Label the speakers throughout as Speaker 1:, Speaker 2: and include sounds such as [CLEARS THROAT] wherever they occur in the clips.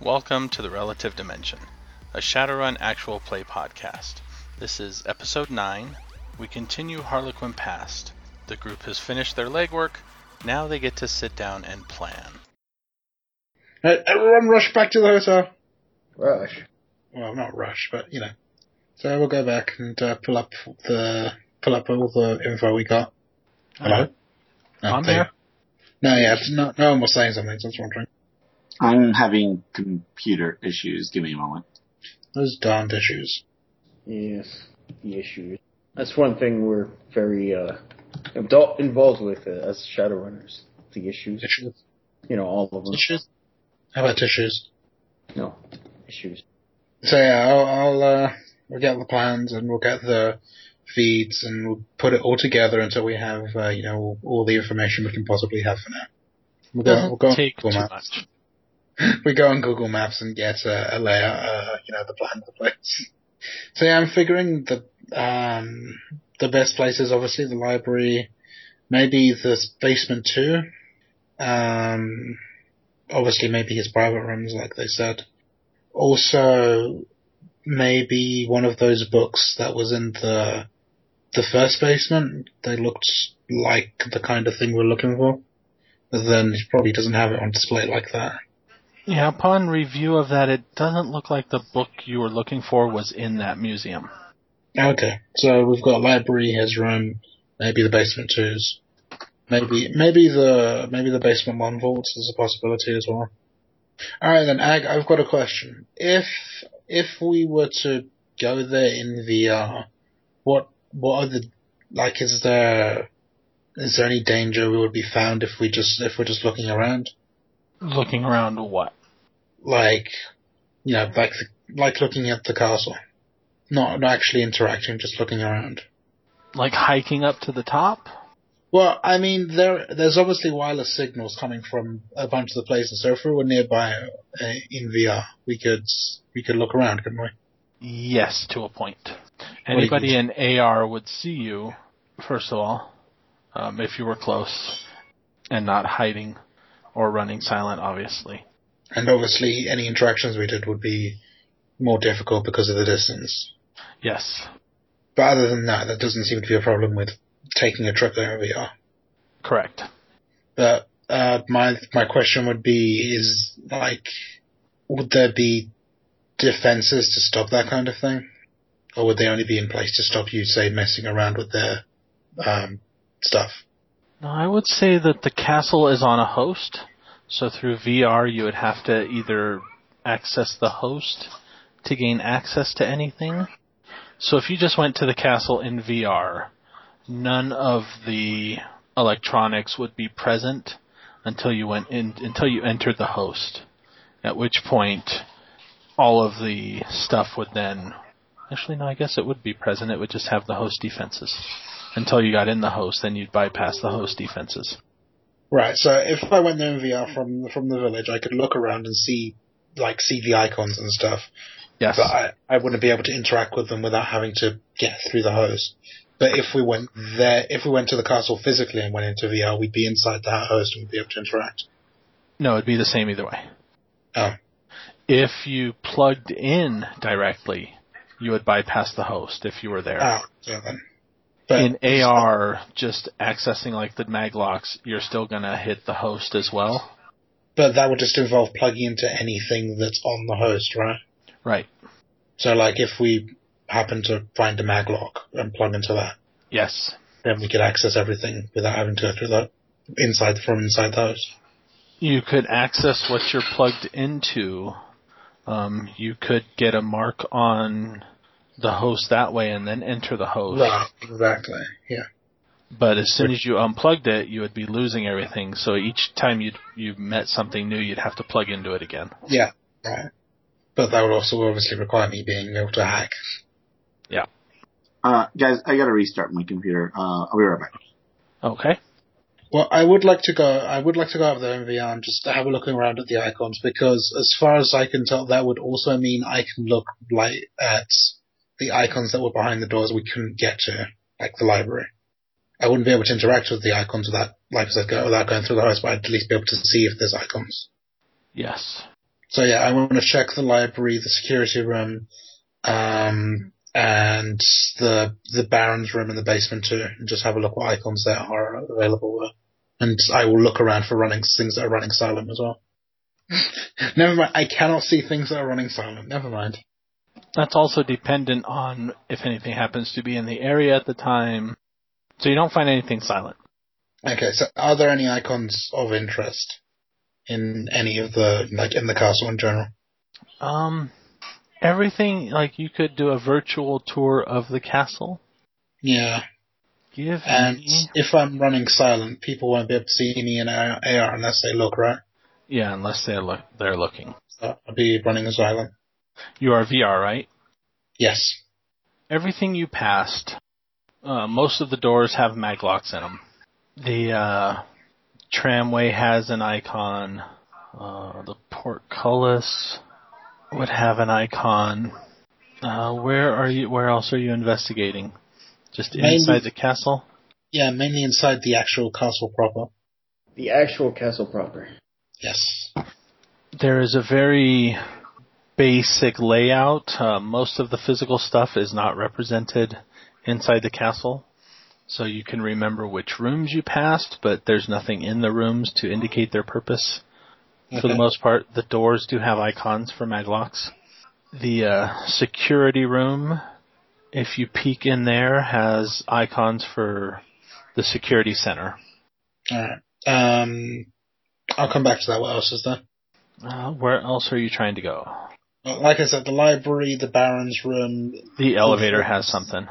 Speaker 1: Welcome to the Relative Dimension, a Shadowrun actual play podcast. This is episode 9. We continue Harlequin Past. The group has finished their legwork. Now they get to sit down and plan.
Speaker 2: Uh, everyone rush back to the hotel.
Speaker 3: Rush.
Speaker 2: Well, not rush, but you know. So we'll go back and uh, pull up the pull up all the info we got. Hello. No,
Speaker 4: I'm
Speaker 2: they-
Speaker 4: here.
Speaker 2: No, yeah, it's not, no one was saying something. So I was wondering.
Speaker 5: I'm having computer issues. Give me a moment.
Speaker 2: Those darned issues.
Speaker 3: Yes, the issues. That's one thing we're very uh, adult involved with uh, as Shadowrunners. The issues,
Speaker 2: Issues.
Speaker 3: you know, all of them.
Speaker 2: Issues. How about tissues?
Speaker 3: No issues.
Speaker 2: So yeah, I'll, I'll uh, we'll get the plans and we'll get the feeds and we'll put it all together until we have uh, you know all, all the information we can possibly have for now. We'll go, we'll go on
Speaker 1: Take too
Speaker 2: Google Maps.
Speaker 1: much.
Speaker 2: [LAUGHS] we go on Google Maps and get a, a layout, uh, you know, the plan of the place. So yeah, I'm figuring the um, the best place is obviously the library, maybe the basement too. Um, obviously, maybe his private rooms, like they said. Also, maybe one of those books that was in the the first basement. They looked like the kind of thing we're looking for. But then he probably doesn't have it on display like that.
Speaker 1: Yeah, upon review of that, it doesn't look like the book you were looking for was in that museum.
Speaker 2: Okay, so we've got library, his room, maybe the basement twos, maybe maybe the maybe the basement one vaults is a possibility as well. All right then, Ag, I've got a question. If if we were to go there in VR, what what are the like? Is there is there any danger we would be found if we just if we're just looking around?
Speaker 1: Looking around what?
Speaker 2: Like, you know, like the, like looking at the castle, not not actually interacting, just looking around.
Speaker 1: Like hiking up to the top?
Speaker 2: Well, I mean, there there's obviously wireless signals coming from a bunch of the places. So if we were nearby uh, in VR, we could we could look around, couldn't we?
Speaker 1: Yes, to a point.
Speaker 2: do you
Speaker 1: Anybody in AR would see you, first of all, um, if you were close and not hiding or running silent, obviously.
Speaker 2: And obviously, any interactions we did would be more difficult because of the distance.
Speaker 1: Yes,
Speaker 2: But other than that, that doesn't seem to be a problem with taking a trip there in VR.
Speaker 1: correct.
Speaker 2: But uh, my my question would be: Is like, would there be defenses to stop that kind of thing, or would they only be in place to stop you, say, messing around with their um, stuff?
Speaker 1: No, I would say that the castle is on a host, so through VR you would have to either access the host to gain access to anything. So if you just went to the castle in VR, none of the electronics would be present until you went in until you entered the host. At which point all of the stuff would then actually no, I guess it would be present. It would just have the host defenses until you got in the host, then you'd bypass the host defenses.
Speaker 2: Right. So if I went there in VR from from the village, I could look around and see like see the icons and stuff,
Speaker 1: Yes.
Speaker 2: but I I wouldn't be able to interact with them without having to get through the host. But if we went there, if we went to the castle physically and went into VR, we'd be inside the host and we'd be able to interact.
Speaker 1: no, it'd be the same either way.
Speaker 2: Oh.
Speaker 1: If you plugged in directly, you would bypass the host if you were there.
Speaker 2: Oh, so then. But
Speaker 1: in AR, just accessing like the maglocks, you're still gonna hit the host as well.
Speaker 2: but that would just involve plugging into anything that's on the host, right?
Speaker 1: Right.
Speaker 2: So like if we happen to find a maglock and plug into that,
Speaker 1: Yes.
Speaker 2: then we could access everything without having to go through the inside from inside the host.
Speaker 1: You could access what you're plugged into. Um, you could get a mark on the host that way and then enter the host.
Speaker 2: Right, exactly. Yeah.
Speaker 1: But as soon as you unplugged it, you would be losing everything. So each time you you met something new, you'd have to plug into it again.
Speaker 2: Yeah. Right. But that would also obviously require me being able to hack.
Speaker 5: Uh, guys, I gotta restart my computer. Uh, I'll be right back.
Speaker 1: Okay.
Speaker 2: Well, I would like to go. I would like to go up there in VR and just have a look around at the icons because, as far as I can tell, that would also mean I can look like at the icons that were behind the doors we couldn't get to, like the library. I wouldn't be able to interact with the icons without, like I said, go- without going through the house, but I'd at least be able to see if there's icons.
Speaker 1: Yes.
Speaker 2: So yeah, I want to check the library, the security room, um, and the the Baron's room in the basement too, and just have a look what icons there are available. There. And I will look around for running things that are running silent as well. [LAUGHS] Never mind, I cannot see things that are running silent. Never mind.
Speaker 1: That's also dependent on if anything happens to be in the area at the time. So you don't find anything silent.
Speaker 2: Okay, so are there any icons of interest in any of the like in the castle in general?
Speaker 1: Um, everything like you could do a virtual tour of the castle.
Speaker 2: Yeah,
Speaker 1: Give
Speaker 2: and
Speaker 1: me,
Speaker 2: if I'm running silent, people won't be able to see me in AR AR unless they look right.
Speaker 1: yeah, unless they're look they're looking.
Speaker 2: So I'll be running silent.
Speaker 1: You are VR, right?
Speaker 2: Yes.
Speaker 1: Everything you passed, uh, most of the doors have maglocks in them. The uh, tramway has an icon. Uh, the portcullis would have an icon. Uh, where are you? Where else are you investigating? Just
Speaker 2: Mainly-
Speaker 1: inside the castle.
Speaker 2: Yeah, mainly inside the actual castle proper.
Speaker 3: The actual castle proper.
Speaker 2: Yes.
Speaker 1: there is a very basic layout. Uh, most of the physical stuff is not represented inside the castle. So you can remember which rooms you passed, but there's nothing in the rooms to indicate their purpose. For the
Speaker 2: Okay.
Speaker 1: most part, the doors do have icons for maglocks. The uh, security room, if you peek in there, has icons for the security center.
Speaker 2: Alright. Um, I'll come back to that. What else is there?
Speaker 1: Uh, where else are you trying to go?
Speaker 2: Well, Uh, Like I said, the library, the Baron's room.
Speaker 1: The elevator has something.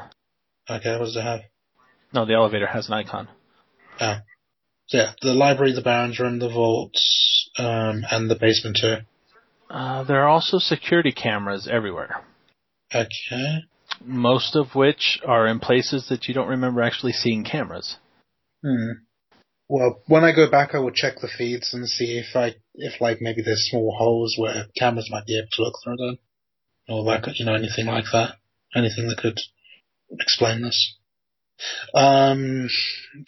Speaker 2: Okay, what does it have?
Speaker 1: No, the elevator has an icon.
Speaker 2: So yeah, the library, the Baron's room, the vaults, um, and the basement too.
Speaker 1: Uh, there are also security cameras everywhere,
Speaker 2: Okay.
Speaker 1: most of which are in places that you don't remember actually seeing cameras.
Speaker 2: Hmm. Well, when I go back, I will check the feeds and see if I, if like maybe there's small holes where cameras might be able to look through them, or like you know anything like that, anything that could explain this. Um.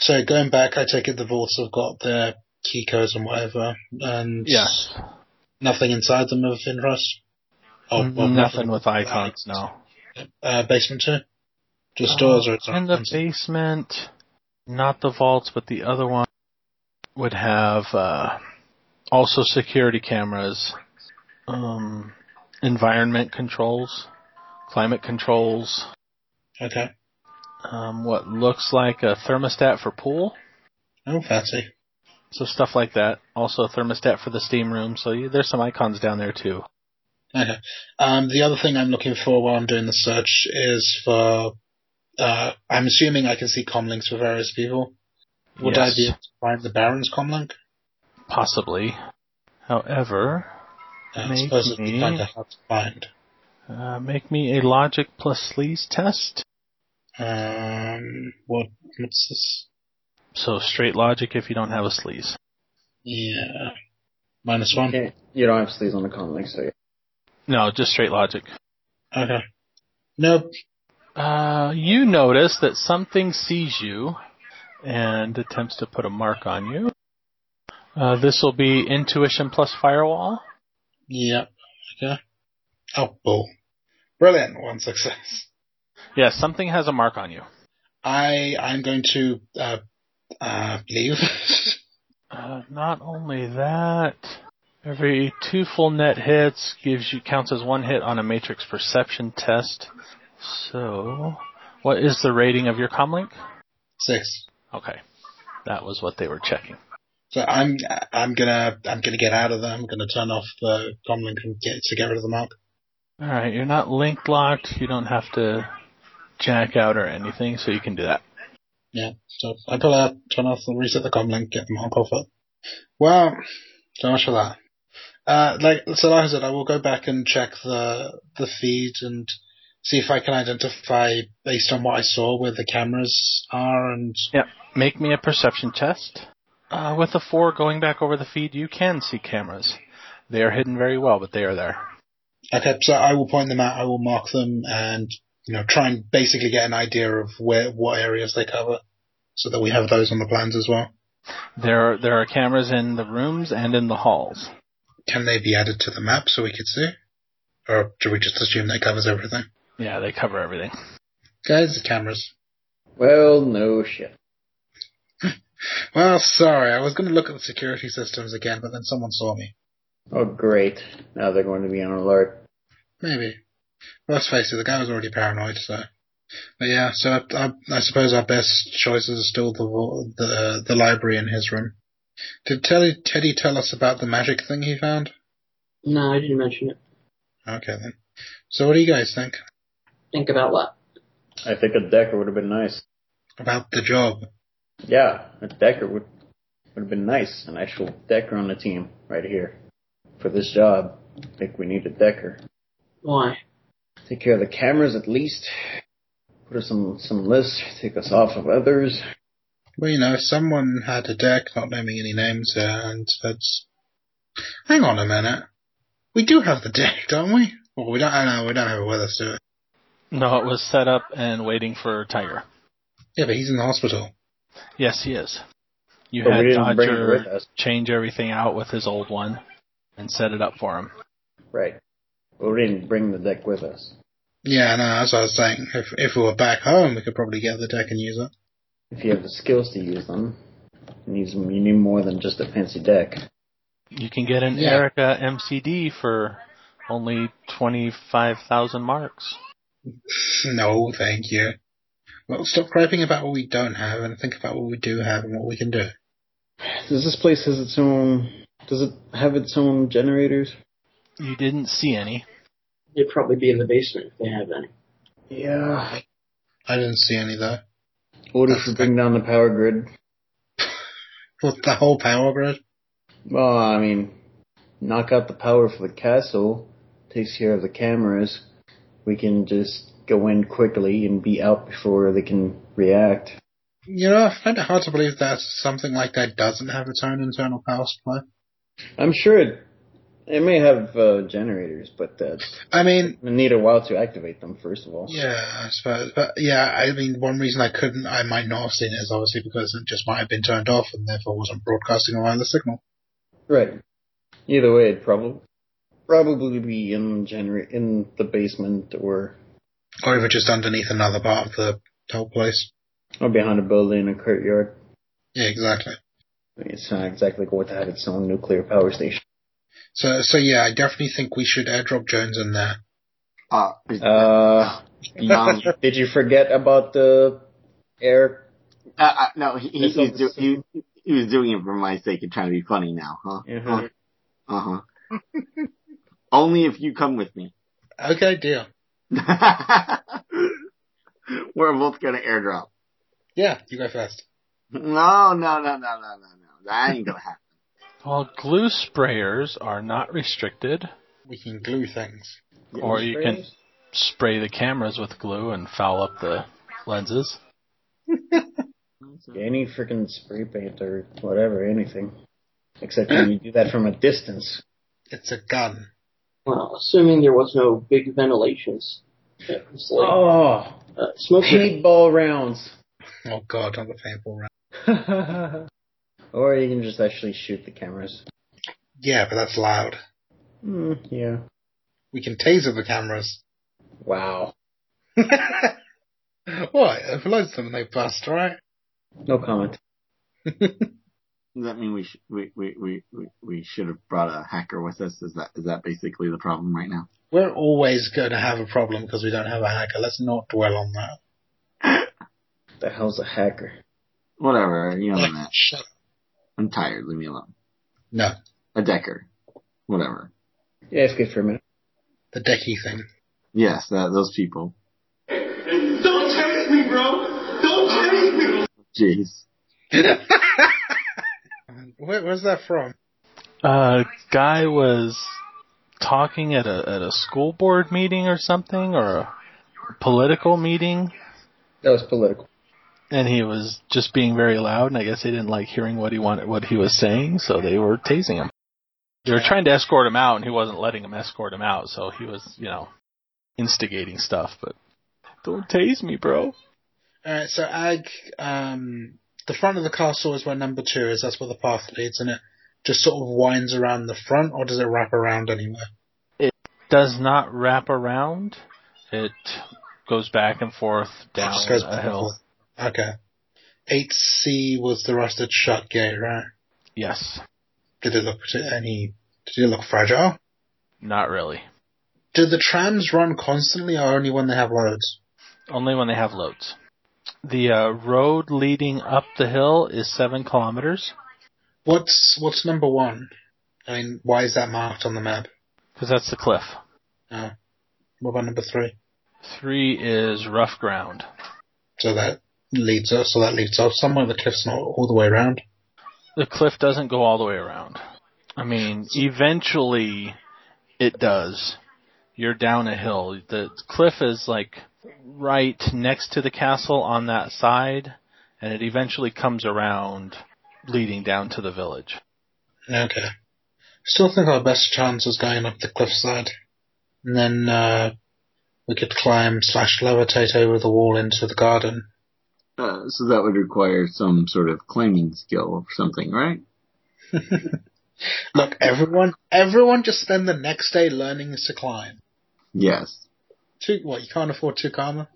Speaker 2: So going back, I take it the vaults have got their key codes and whatever, and
Speaker 1: Yes.
Speaker 2: nothing inside them of interest. Oh, well,
Speaker 1: nothing with icons, no.
Speaker 2: Uh, basement two, just doors or
Speaker 1: In the basement, not the vaults, but the other one would have uh, also security cameras, um, environment controls, climate controls,
Speaker 2: okay.
Speaker 1: um, what looks like a thermostat for pool.
Speaker 2: Oh, fancy.
Speaker 1: So stuff like that. Also a thermostat for the steam room. So you, there's some icons down there too.
Speaker 2: Okay. Um, the other thing I'm looking for while I'm doing the search is for. Uh, I'm assuming I can see comlinks for various people. Would I be able to find the Baron's comlink?
Speaker 1: possibly? However,
Speaker 2: Uh, I
Speaker 1: Maybe.
Speaker 2: suppose it'd be kind of hard to find.
Speaker 1: uh, make me a logic plus sleaze test.
Speaker 2: Um, what? What's this?
Speaker 1: So straight logic if you don't have a sleaze.
Speaker 2: Yeah, minus
Speaker 3: You,
Speaker 2: one.
Speaker 3: can't, you don't have sleeves on the comic, so yeah.
Speaker 1: No, just straight logic.
Speaker 2: Okay. Nope.
Speaker 1: Uh, you notice that something sees you and attempts to put a mark on you. Uh, this will be intuition plus firewall.
Speaker 2: Yep. Okay. Oh, bull. Brilliant. One success.
Speaker 1: Yes, something has a mark on you.
Speaker 2: I I'm going to uh uh leave. [LAUGHS]
Speaker 1: Uh, not only that, every two full net hits gives you counts as one hit on a matrix perception test. So, what is the rating of your comlink?
Speaker 2: Six.
Speaker 1: Okay, that was what they were checking.
Speaker 2: So I'm I'm gonna I'm gonna get out of there. I'm gonna turn off the comlink and get to get rid of the mark.
Speaker 1: All right, you're not link locked. You don't have to jack out or anything, so you can do that.
Speaker 2: Yeah. So I pull out, turn off the reset the comlink, get the mark off it. Well, so much for that. Uh, like so, like I said, I will go back and check the the feed and see if I can identify based on what I saw where the cameras are and
Speaker 1: Make me a perception test. Uh, with a four going back over the feed, you can see cameras. They are hidden very well, but they are there.
Speaker 2: Okay, so I will point them out. I will mark them, and you know, try and basically get an idea of where what areas they cover, so that we have those on the plans as well.
Speaker 1: There are, there are cameras in the rooms and in the halls.
Speaker 2: Can they be added to the map so we could see? Or do we just assume that covers everything?
Speaker 1: Yeah, they cover everything.
Speaker 2: Guys, cameras.
Speaker 3: Well, no shit.
Speaker 2: Well, sorry, I was going to look at the security systems again, but then someone saw me.
Speaker 3: Oh, great. Now they're going to be on alert.
Speaker 2: Maybe. Let's face it, the guy was already paranoid, so. But yeah, so I, I, I suppose our best choice is still the wa- the the library in his room. Did Teddy, Teddy tell us about the magic thing he found?
Speaker 4: No, I didn't mention it.
Speaker 2: Okay then. So what do you guys think
Speaker 4: Think about what?
Speaker 3: I think a Decker would have been nice.
Speaker 2: about the job?
Speaker 3: Yeah, a Decker would would have been nice. An actual Decker on the team right here for this job. I think we need a Decker.
Speaker 4: Why?
Speaker 3: Take care of the cameras at least. Put us some some lists. Take us off of others.
Speaker 2: Well, you know, if someone had a deck, not naming any names, and that's. Hang on a minute. We do have the deck, don't we? Well, we don't. I know we don't have it with us, do we?
Speaker 1: No, it was set up and waiting for Tiger.
Speaker 2: Yeah, but he's in the hospital.
Speaker 1: Yes, he is. You
Speaker 3: But
Speaker 1: had
Speaker 3: we didn't bring it with
Speaker 1: Dodger
Speaker 3: us.
Speaker 1: change everything out with his old one and set it up for him.
Speaker 3: Right. But we didn't bring the deck with us.
Speaker 2: Yeah, no, that's what I was saying. If if we were back home, we could probably get the deck and use it.
Speaker 3: If you have the skills to use them, you need, some, you need more than just a fancy deck.
Speaker 1: You can get an
Speaker 2: Yeah.
Speaker 1: Erica MCD for only 25,000 marks.
Speaker 2: [LAUGHS] No, thank you. Well, stop griping about what we don't have and think about what we do have and what we can do.
Speaker 3: Does this place has its own? Does it have its own generators?
Speaker 1: You didn't see any.
Speaker 4: They'd probably be in the basement if they have any.
Speaker 3: Yeah.
Speaker 2: I didn't see any though.
Speaker 3: Or if we bring down the power grid?
Speaker 2: Well, the whole power grid.
Speaker 3: Well, I mean, knock out the power for the castle, takes care of the cameras. We can just go in quickly and be out before they can react.
Speaker 2: You know, I find it hard to believe that something like that doesn't have its own internal power supply.
Speaker 3: I'm sure it, it may have uh, generators, but uh,
Speaker 2: I mean,
Speaker 3: we need a while to activate them. First of all,
Speaker 2: Yeah, I suppose. But yeah, I mean, one reason I couldn't, I might not have seen it is obviously because it just might have been turned off and therefore wasn't broadcasting a wireless signal.
Speaker 3: right? Either way, it'd probably probably be in genera- in the basement or
Speaker 2: Or even just underneath another part of the whole place.
Speaker 3: or behind a building, a courtyard.
Speaker 2: Yeah, exactly.
Speaker 3: I mean, it's not exactly going to have its own nuclear power station.
Speaker 2: So, so yeah, I definitely think we should airdrop Jones in there.
Speaker 5: Uh, is that
Speaker 1: [LAUGHS]
Speaker 3: Uh,
Speaker 5: beyond- uh,
Speaker 3: Did you forget about the air?
Speaker 5: uh, no, he, he,
Speaker 3: It's
Speaker 5: was
Speaker 3: not
Speaker 5: do,
Speaker 3: the
Speaker 5: he, he was doing it for my sake and trying to be funny now, huh?
Speaker 3: Uh-huh.
Speaker 5: Uh huh. [LAUGHS] Only if you come with me. [LAUGHS]
Speaker 2: Okay, deal.
Speaker 5: We're both gonna airdrop.
Speaker 2: Yeah, you go first.
Speaker 5: No, no, no, no, no, no, no. That ain't gonna happen.
Speaker 1: Well, glue sprayers are not restricted.
Speaker 2: We can glue things.
Speaker 1: Or you can- Spray the cameras with glue and foul up the lenses.
Speaker 3: any freaking spray paint or whatever, anything. Except when you do that from a distance.
Speaker 2: It's a gun.
Speaker 4: Well, assuming there was no big ventilations. It was like,
Speaker 3: Oh,
Speaker 4: uh, smoke grenade.
Speaker 3: paintball rounds. [LAUGHS]
Speaker 2: Oh god, not the paintball round.
Speaker 3: or you can just actually shoot the cameras.
Speaker 2: Yeah, but that's loud.
Speaker 3: Mm, yeah.
Speaker 2: We can taser the [LAUGHS] cameras.
Speaker 3: Wow.
Speaker 2: what? If we load them and they bust, right?
Speaker 3: No comment.
Speaker 5: Does that mean we sh- we we we we- we should have brought a hacker with us? Is that is that basically the problem right now?
Speaker 2: We're always going to have a problem because we don't have a hacker. Let's not dwell on that.
Speaker 3: The hell's a hacker?
Speaker 5: Whatever, you know that.
Speaker 2: [LAUGHS] Shut up.
Speaker 5: I'm tired. Leave me alone.
Speaker 2: Mm. No,
Speaker 5: A decker, whatever.
Speaker 3: Yeah, it's good for a minute.
Speaker 2: the decky thing.
Speaker 5: Yes, that, those people.
Speaker 6: Don't text me, bro. Don't text me.
Speaker 5: Jeez.
Speaker 2: Where, where's that from?
Speaker 1: Uh, guy was talking at a at a school board meeting or something or a political meeting,
Speaker 3: That was political.
Speaker 1: and he was just being very loud. And I guess they didn't like hearing what he wanted, what he was saying, so they were tasing him. They were trying to escort him out, and he wasn't letting him escort him out. So he was, you know, instigating stuff. But don't tase me, bro.
Speaker 2: Alright, Uh, so Ag, um, the front of the castle is where number two is. That's where the path leads, and it just sort of winds around the front, or does it wrap around anywhere?
Speaker 1: Does not wrap around. It goes back and forth down
Speaker 2: Just goes
Speaker 1: a hill.
Speaker 2: back and forth. Okay. 8C was the rusted shut gate, right?
Speaker 1: Yes.
Speaker 2: Did it look parti- any? Did it look fragile?
Speaker 1: Not really.
Speaker 2: Do the trams run constantly, or only when they have loads?
Speaker 1: Only when they have loads. The uh, road leading up the hill is seven kilometers
Speaker 2: What's what's number one? I mean, why is that marked on the map?
Speaker 1: because that's the cliff.
Speaker 2: What about number three?
Speaker 1: Three is rough ground.
Speaker 2: So that leads us. So that leads us somewhere. The cliff's not all the way around.
Speaker 1: The cliff doesn't go all the way around. I mean, eventually it does. You're down a hill. The cliff is like right next to the castle on that side, and it eventually comes around leading down to the village.
Speaker 2: Okay. Still think our best chance is going up the cliffside, and then uh, we could climb slash levitate over the wall into the garden.
Speaker 5: Uh, so that would require some sort of climbing skill or something, right?
Speaker 2: Look, everyone, everyone, just spend the next day learning to climb.
Speaker 5: Yes.
Speaker 2: Two, what? You can't afford two karma.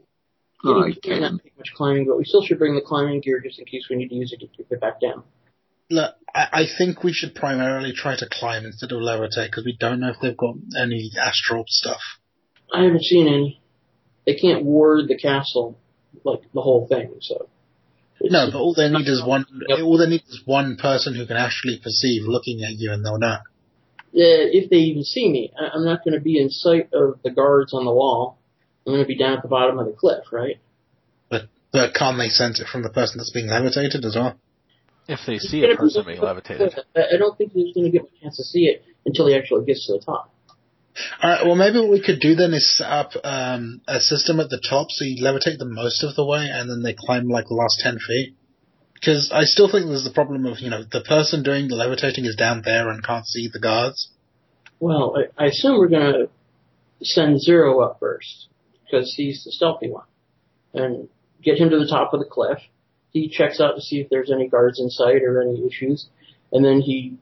Speaker 5: Oh, I
Speaker 4: We can't
Speaker 5: can.
Speaker 4: make much climbing, but we still should bring the climbing gear just in case we need to use it to get back down.
Speaker 2: Look, I, I think we should primarily try to climb instead of levitate because we don't know if they've got any astral stuff.
Speaker 4: I haven't seen any. They can't ward the castle, like the whole thing. So it's,
Speaker 2: No, but all they need is one. All they need is one person who can actually perceive looking at you, and they'll know.
Speaker 4: Yeah, if they even see me, I, I'm not going to be in sight of the guards on the wall. I'm going to be down at the bottom of the cliff, right?
Speaker 2: But can't they sense it from the person that's being levitated as well?
Speaker 1: If they see a
Speaker 4: [LAUGHS]
Speaker 1: person being levitated.
Speaker 4: I I don't think he's going to get a chance to see it until he actually gets to the top.
Speaker 2: All right. Uh, Well, maybe what we could do then is set up um, a system at the top so you levitate them most of the way, and then they climb like the last ten feet. Because I still think there's the problem of you know the person doing the levitating is down there and can't see the guards.
Speaker 4: Well, I, I assume we're going to send Zero up first because he's the stealthy one, and get him to the top of the cliff. He checks out to see if there's any guards in sight or any issues, and then he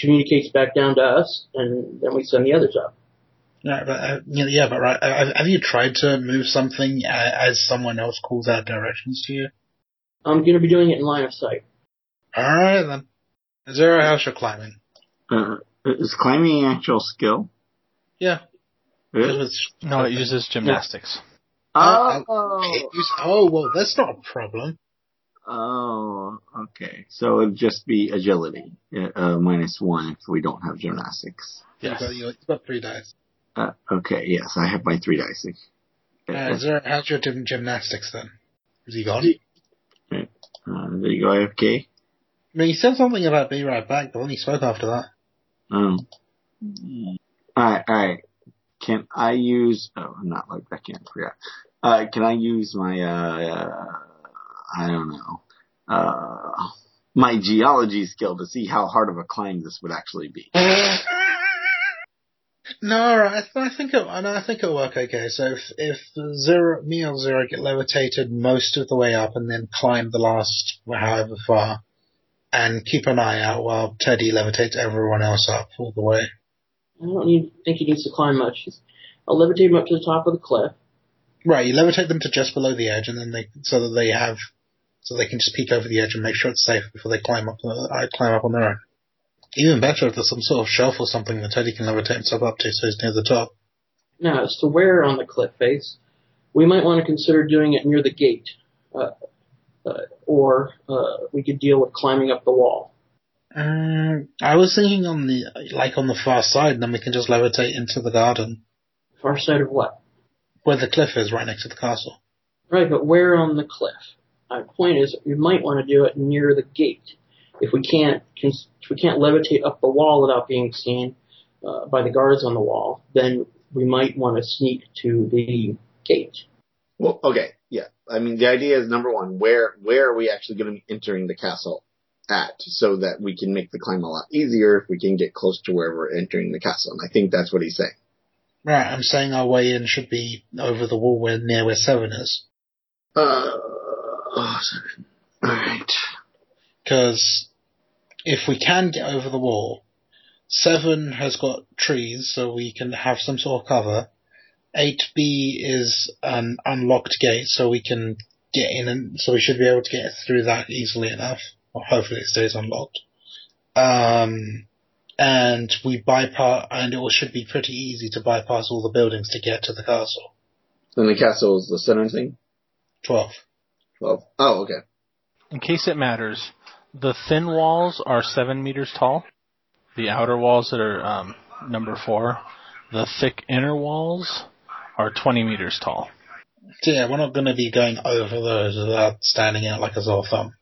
Speaker 4: communicates back down to us, and then we send the others up.
Speaker 2: Yeah, but uh, yeah, yeah, but right. Uh, have you tried to move something uh, as someone else calls out directions to you?
Speaker 4: I'm going to be doing it in line of sight.
Speaker 2: All right then. Zero, how's your climbing?
Speaker 5: Uh, is climbing an actual skill?
Speaker 2: Yeah. It
Speaker 5: Really?
Speaker 2: was-
Speaker 1: No, it uses gymnastics.
Speaker 5: Oh,
Speaker 2: it was- oh well, that's not a problem.
Speaker 5: oh, okay. So it'd just be agility, uh, uh, minus one if we don't have gymnastics.
Speaker 1: Yes.
Speaker 2: You've got, your- you've got three dice.
Speaker 5: Uh, okay, yes, I have my three dice.
Speaker 2: Uh,
Speaker 7: Mm-hmm.
Speaker 5: Uh,
Speaker 2: Zero, how's your gym- gymnastics then? Is he gone?
Speaker 5: uh, there you go, IFK.
Speaker 2: I mean, he said something about be right back, but then he spoke after that.
Speaker 5: Oh. Alright, alright. Can I use, oh, I'm not like that, can't forget. Uh, can I use my, uh, uh, I don't know, uh, my geology skill to see how hard of a climb this would actually be?
Speaker 2: [LAUGHS] No, all right. I, th- I think it, I know, I think it'll work okay. So if if zero me or zero get levitated most of the way up and then climb the last however far, and keep an eye out while Teddy levitates everyone else up all the way.
Speaker 4: I don't need, think he needs to climb much. He's- I'll levitate him up to the top of the cliff.
Speaker 2: Right, you levitate them to just below the edge, and then they so that they have so they can just peek over the edge and make sure it's safe before they climb up uh, climb up on their own. Even better if there's some sort of shelf or something that Teddy can levitate himself up to, so he's near the top.
Speaker 4: Now, as to where on the cliff face, we might want to consider doing it near the gate, uh, uh, or uh, we could deal with climbing up the wall.
Speaker 2: Um, I was thinking on the like on the far side, and then we can just levitate into the garden
Speaker 4: Far side of what?
Speaker 2: where the cliff is, right next to the castle.
Speaker 4: Right, but where on the cliff? My point is, we might want to do it near the gate. If we can't, cons- if we can't levitate up the wall without being seen uh, by the guards on the wall, then we might want to sneak to the gate.
Speaker 7: Well, okay, yeah. I mean, the idea is number one, where where are we actually going to be entering the castle at, so that we can make the climb a lot easier if we can get close to where we're entering the castle. And I think that's what he's saying.
Speaker 2: Right, I'm saying our way in should be over the wall where near where Seven is,
Speaker 5: Uh, oh, sorry. Alright.
Speaker 2: because if we can get over the wall, seven has got trees, so we can have some sort of cover. Eight B is an unlocked gate, so we can get in, and so we should be able to get through that easily enough. Or hopefully, it stays unlocked. Um, and we bypass, and it should be pretty easy to bypass all the buildings to get to the castle.
Speaker 7: Then the castle is the center thing.
Speaker 2: Twelve.
Speaker 7: Well, oh, okay.
Speaker 1: In case it matters, the thin walls are seven meters tall. The outer walls that are um, number four. The thick inner walls are 20 meters tall.
Speaker 2: So yeah, we're not going to be going over those without standing out like a sore thumb.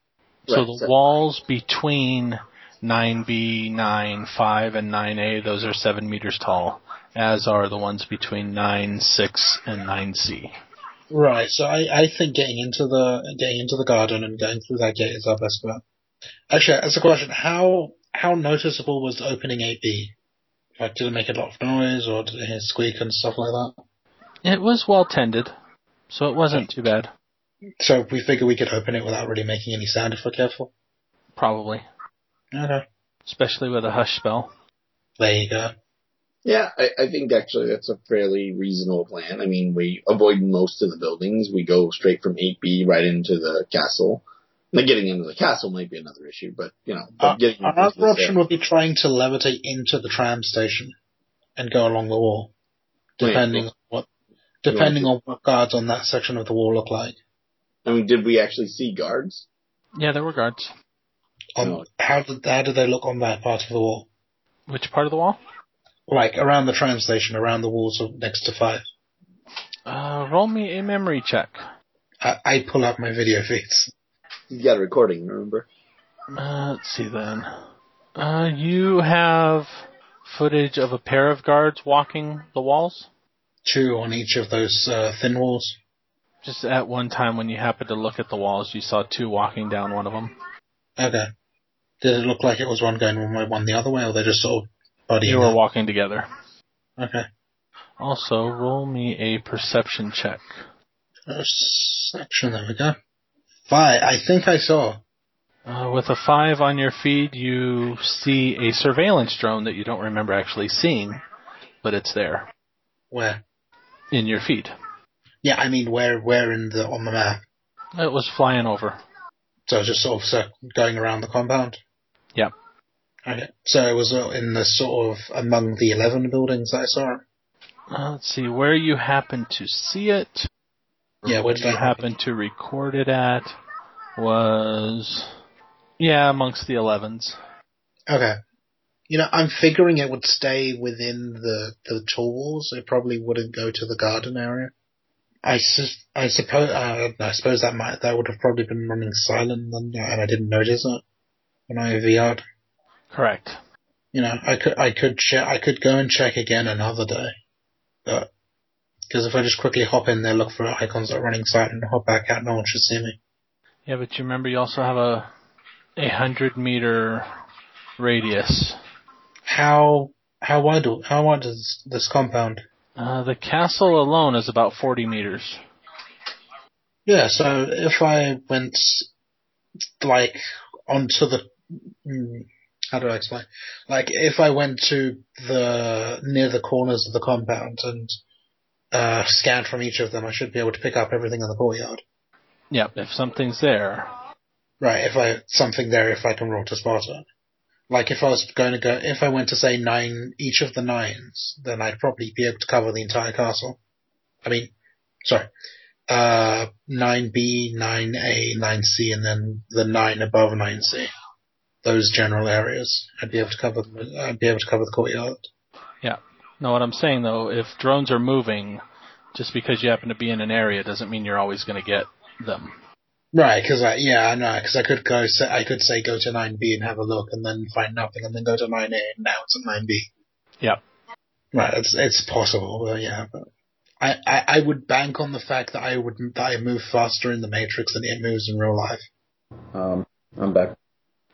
Speaker 1: So
Speaker 7: Right,
Speaker 1: the
Speaker 7: so-
Speaker 1: walls between 9B, 9, 5, and 9A, those are 7 meters tall, as are the ones between 9, 6, and 9C.
Speaker 2: Right, so I, I think getting into the getting into the garden and going through that gate is our best bet. Actually, that's a question. How how noticeable was opening eight B? Like, did it make a lot of noise, or did it hear squeak and stuff like that?
Speaker 1: It was well tended, so it wasn't too bad,
Speaker 2: So we figure we could open it without really making any sound if we're careful.
Speaker 1: probably,
Speaker 2: Okay,
Speaker 1: especially with a hush spell.
Speaker 2: there you go.
Speaker 7: Yeah, I, I think actually that's a fairly reasonable plan. I mean, we avoid most of the buildings. We go straight from 8B right into the castle. Now, getting into the castle might be another issue, but you know, but
Speaker 2: Uh,
Speaker 7: getting
Speaker 2: Another
Speaker 7: into
Speaker 2: option would be trying to levitate into the tram station and go along the wall,
Speaker 7: Wait,
Speaker 2: depending on what depending
Speaker 7: to-
Speaker 2: on what guards on that section of the wall look like.
Speaker 7: I mean, did we actually see guards?
Speaker 1: Yeah, there were guards.
Speaker 2: On
Speaker 7: No.
Speaker 2: Um, how did how do they look on that part of the wall?
Speaker 1: Which part of the wall?
Speaker 2: like around the tram station, around the walls of next to five.
Speaker 1: Uh, roll me a memory check.
Speaker 2: I, I pull out my video feeds.
Speaker 7: You got a recording, remember?
Speaker 1: Uh, let's see then. Uh, you have footage of a pair of guards walking the walls.
Speaker 2: Two on each of those uh, thin walls.
Speaker 1: Just at one time when you happened to look at the walls, you saw two walking down one of them.
Speaker 2: Okay. Did it look like it was one going one way, one the other way, or they just sort of buddy?
Speaker 1: You
Speaker 2: in
Speaker 1: were
Speaker 2: it?
Speaker 1: walking together.
Speaker 2: Okay.
Speaker 1: Also, roll me a perception check.
Speaker 2: Perception. There we go. Five. I think I saw.
Speaker 1: Uh, with a five on your feed, you see a surveillance drone that you don't remember actually seeing, but it's there
Speaker 2: Where?
Speaker 1: in your feed.
Speaker 2: Yeah, I mean where? Where in the on the map?
Speaker 1: It was flying over.
Speaker 2: So it's just sort of cir- going around the compound.
Speaker 1: Yeah.
Speaker 2: Okay. So it was uh, in the sort of among the eleven buildings that I saw. it?
Speaker 1: Uh, let's see where you happen to see it.
Speaker 2: Yeah. Where
Speaker 1: What
Speaker 2: did
Speaker 1: you
Speaker 2: I
Speaker 1: happened to record it at was yeah amongst the 11s.
Speaker 2: Okay. You know, I'm figuring it would stay within the the tall walls. It probably wouldn't go to the garden area. I, sus I suppose uh, I suppose that might that would have probably been running silent then, and I didn't notice it when I VR'd.
Speaker 1: Correct.
Speaker 2: You know, I could I could che- I could go and check again another day, but because if I just quickly hop in there, look for icons that are running silent, and hop back out, no one should see me.
Speaker 1: Yeah, but you remember you also have a a hundred meter radius.
Speaker 2: How how wide do, how wide is this compound?
Speaker 1: Uh, the castle alone is about 40 meters.
Speaker 2: Yeah, so if I went like onto the mm, how do I explain? Like if I went to the near the corners of the compound and uh, scanned from each of them, I should be able to pick up everything in the courtyard.
Speaker 1: Yep, if something's there.
Speaker 2: Right, if I something there, if I can roll to spot it. Like if I was going to go, if I went to say nine, each of the nines, then I'd probably be able to cover the entire castle. I mean, sorry, uh, nine B, nine A, nine C, and then the nine above nine C. Those general areas, I'd be able to cover. them- I'd be able to cover the courtyard.
Speaker 1: No, what I'm saying though, if drones are moving, just because you happen to be in an area doesn't mean you're always going to get them.
Speaker 2: Right, because I yeah, I know, because I could go. Say, I could say go to nine B and have a look, and then find nothing, and then go to nine A, and now it's at nine B.
Speaker 1: Yep.
Speaker 2: Right, it's it's possible. Well, yeah, but I, I I would bank on the fact that I would that I move faster in the Matrix than it moves in real life.
Speaker 3: Um, I'm back.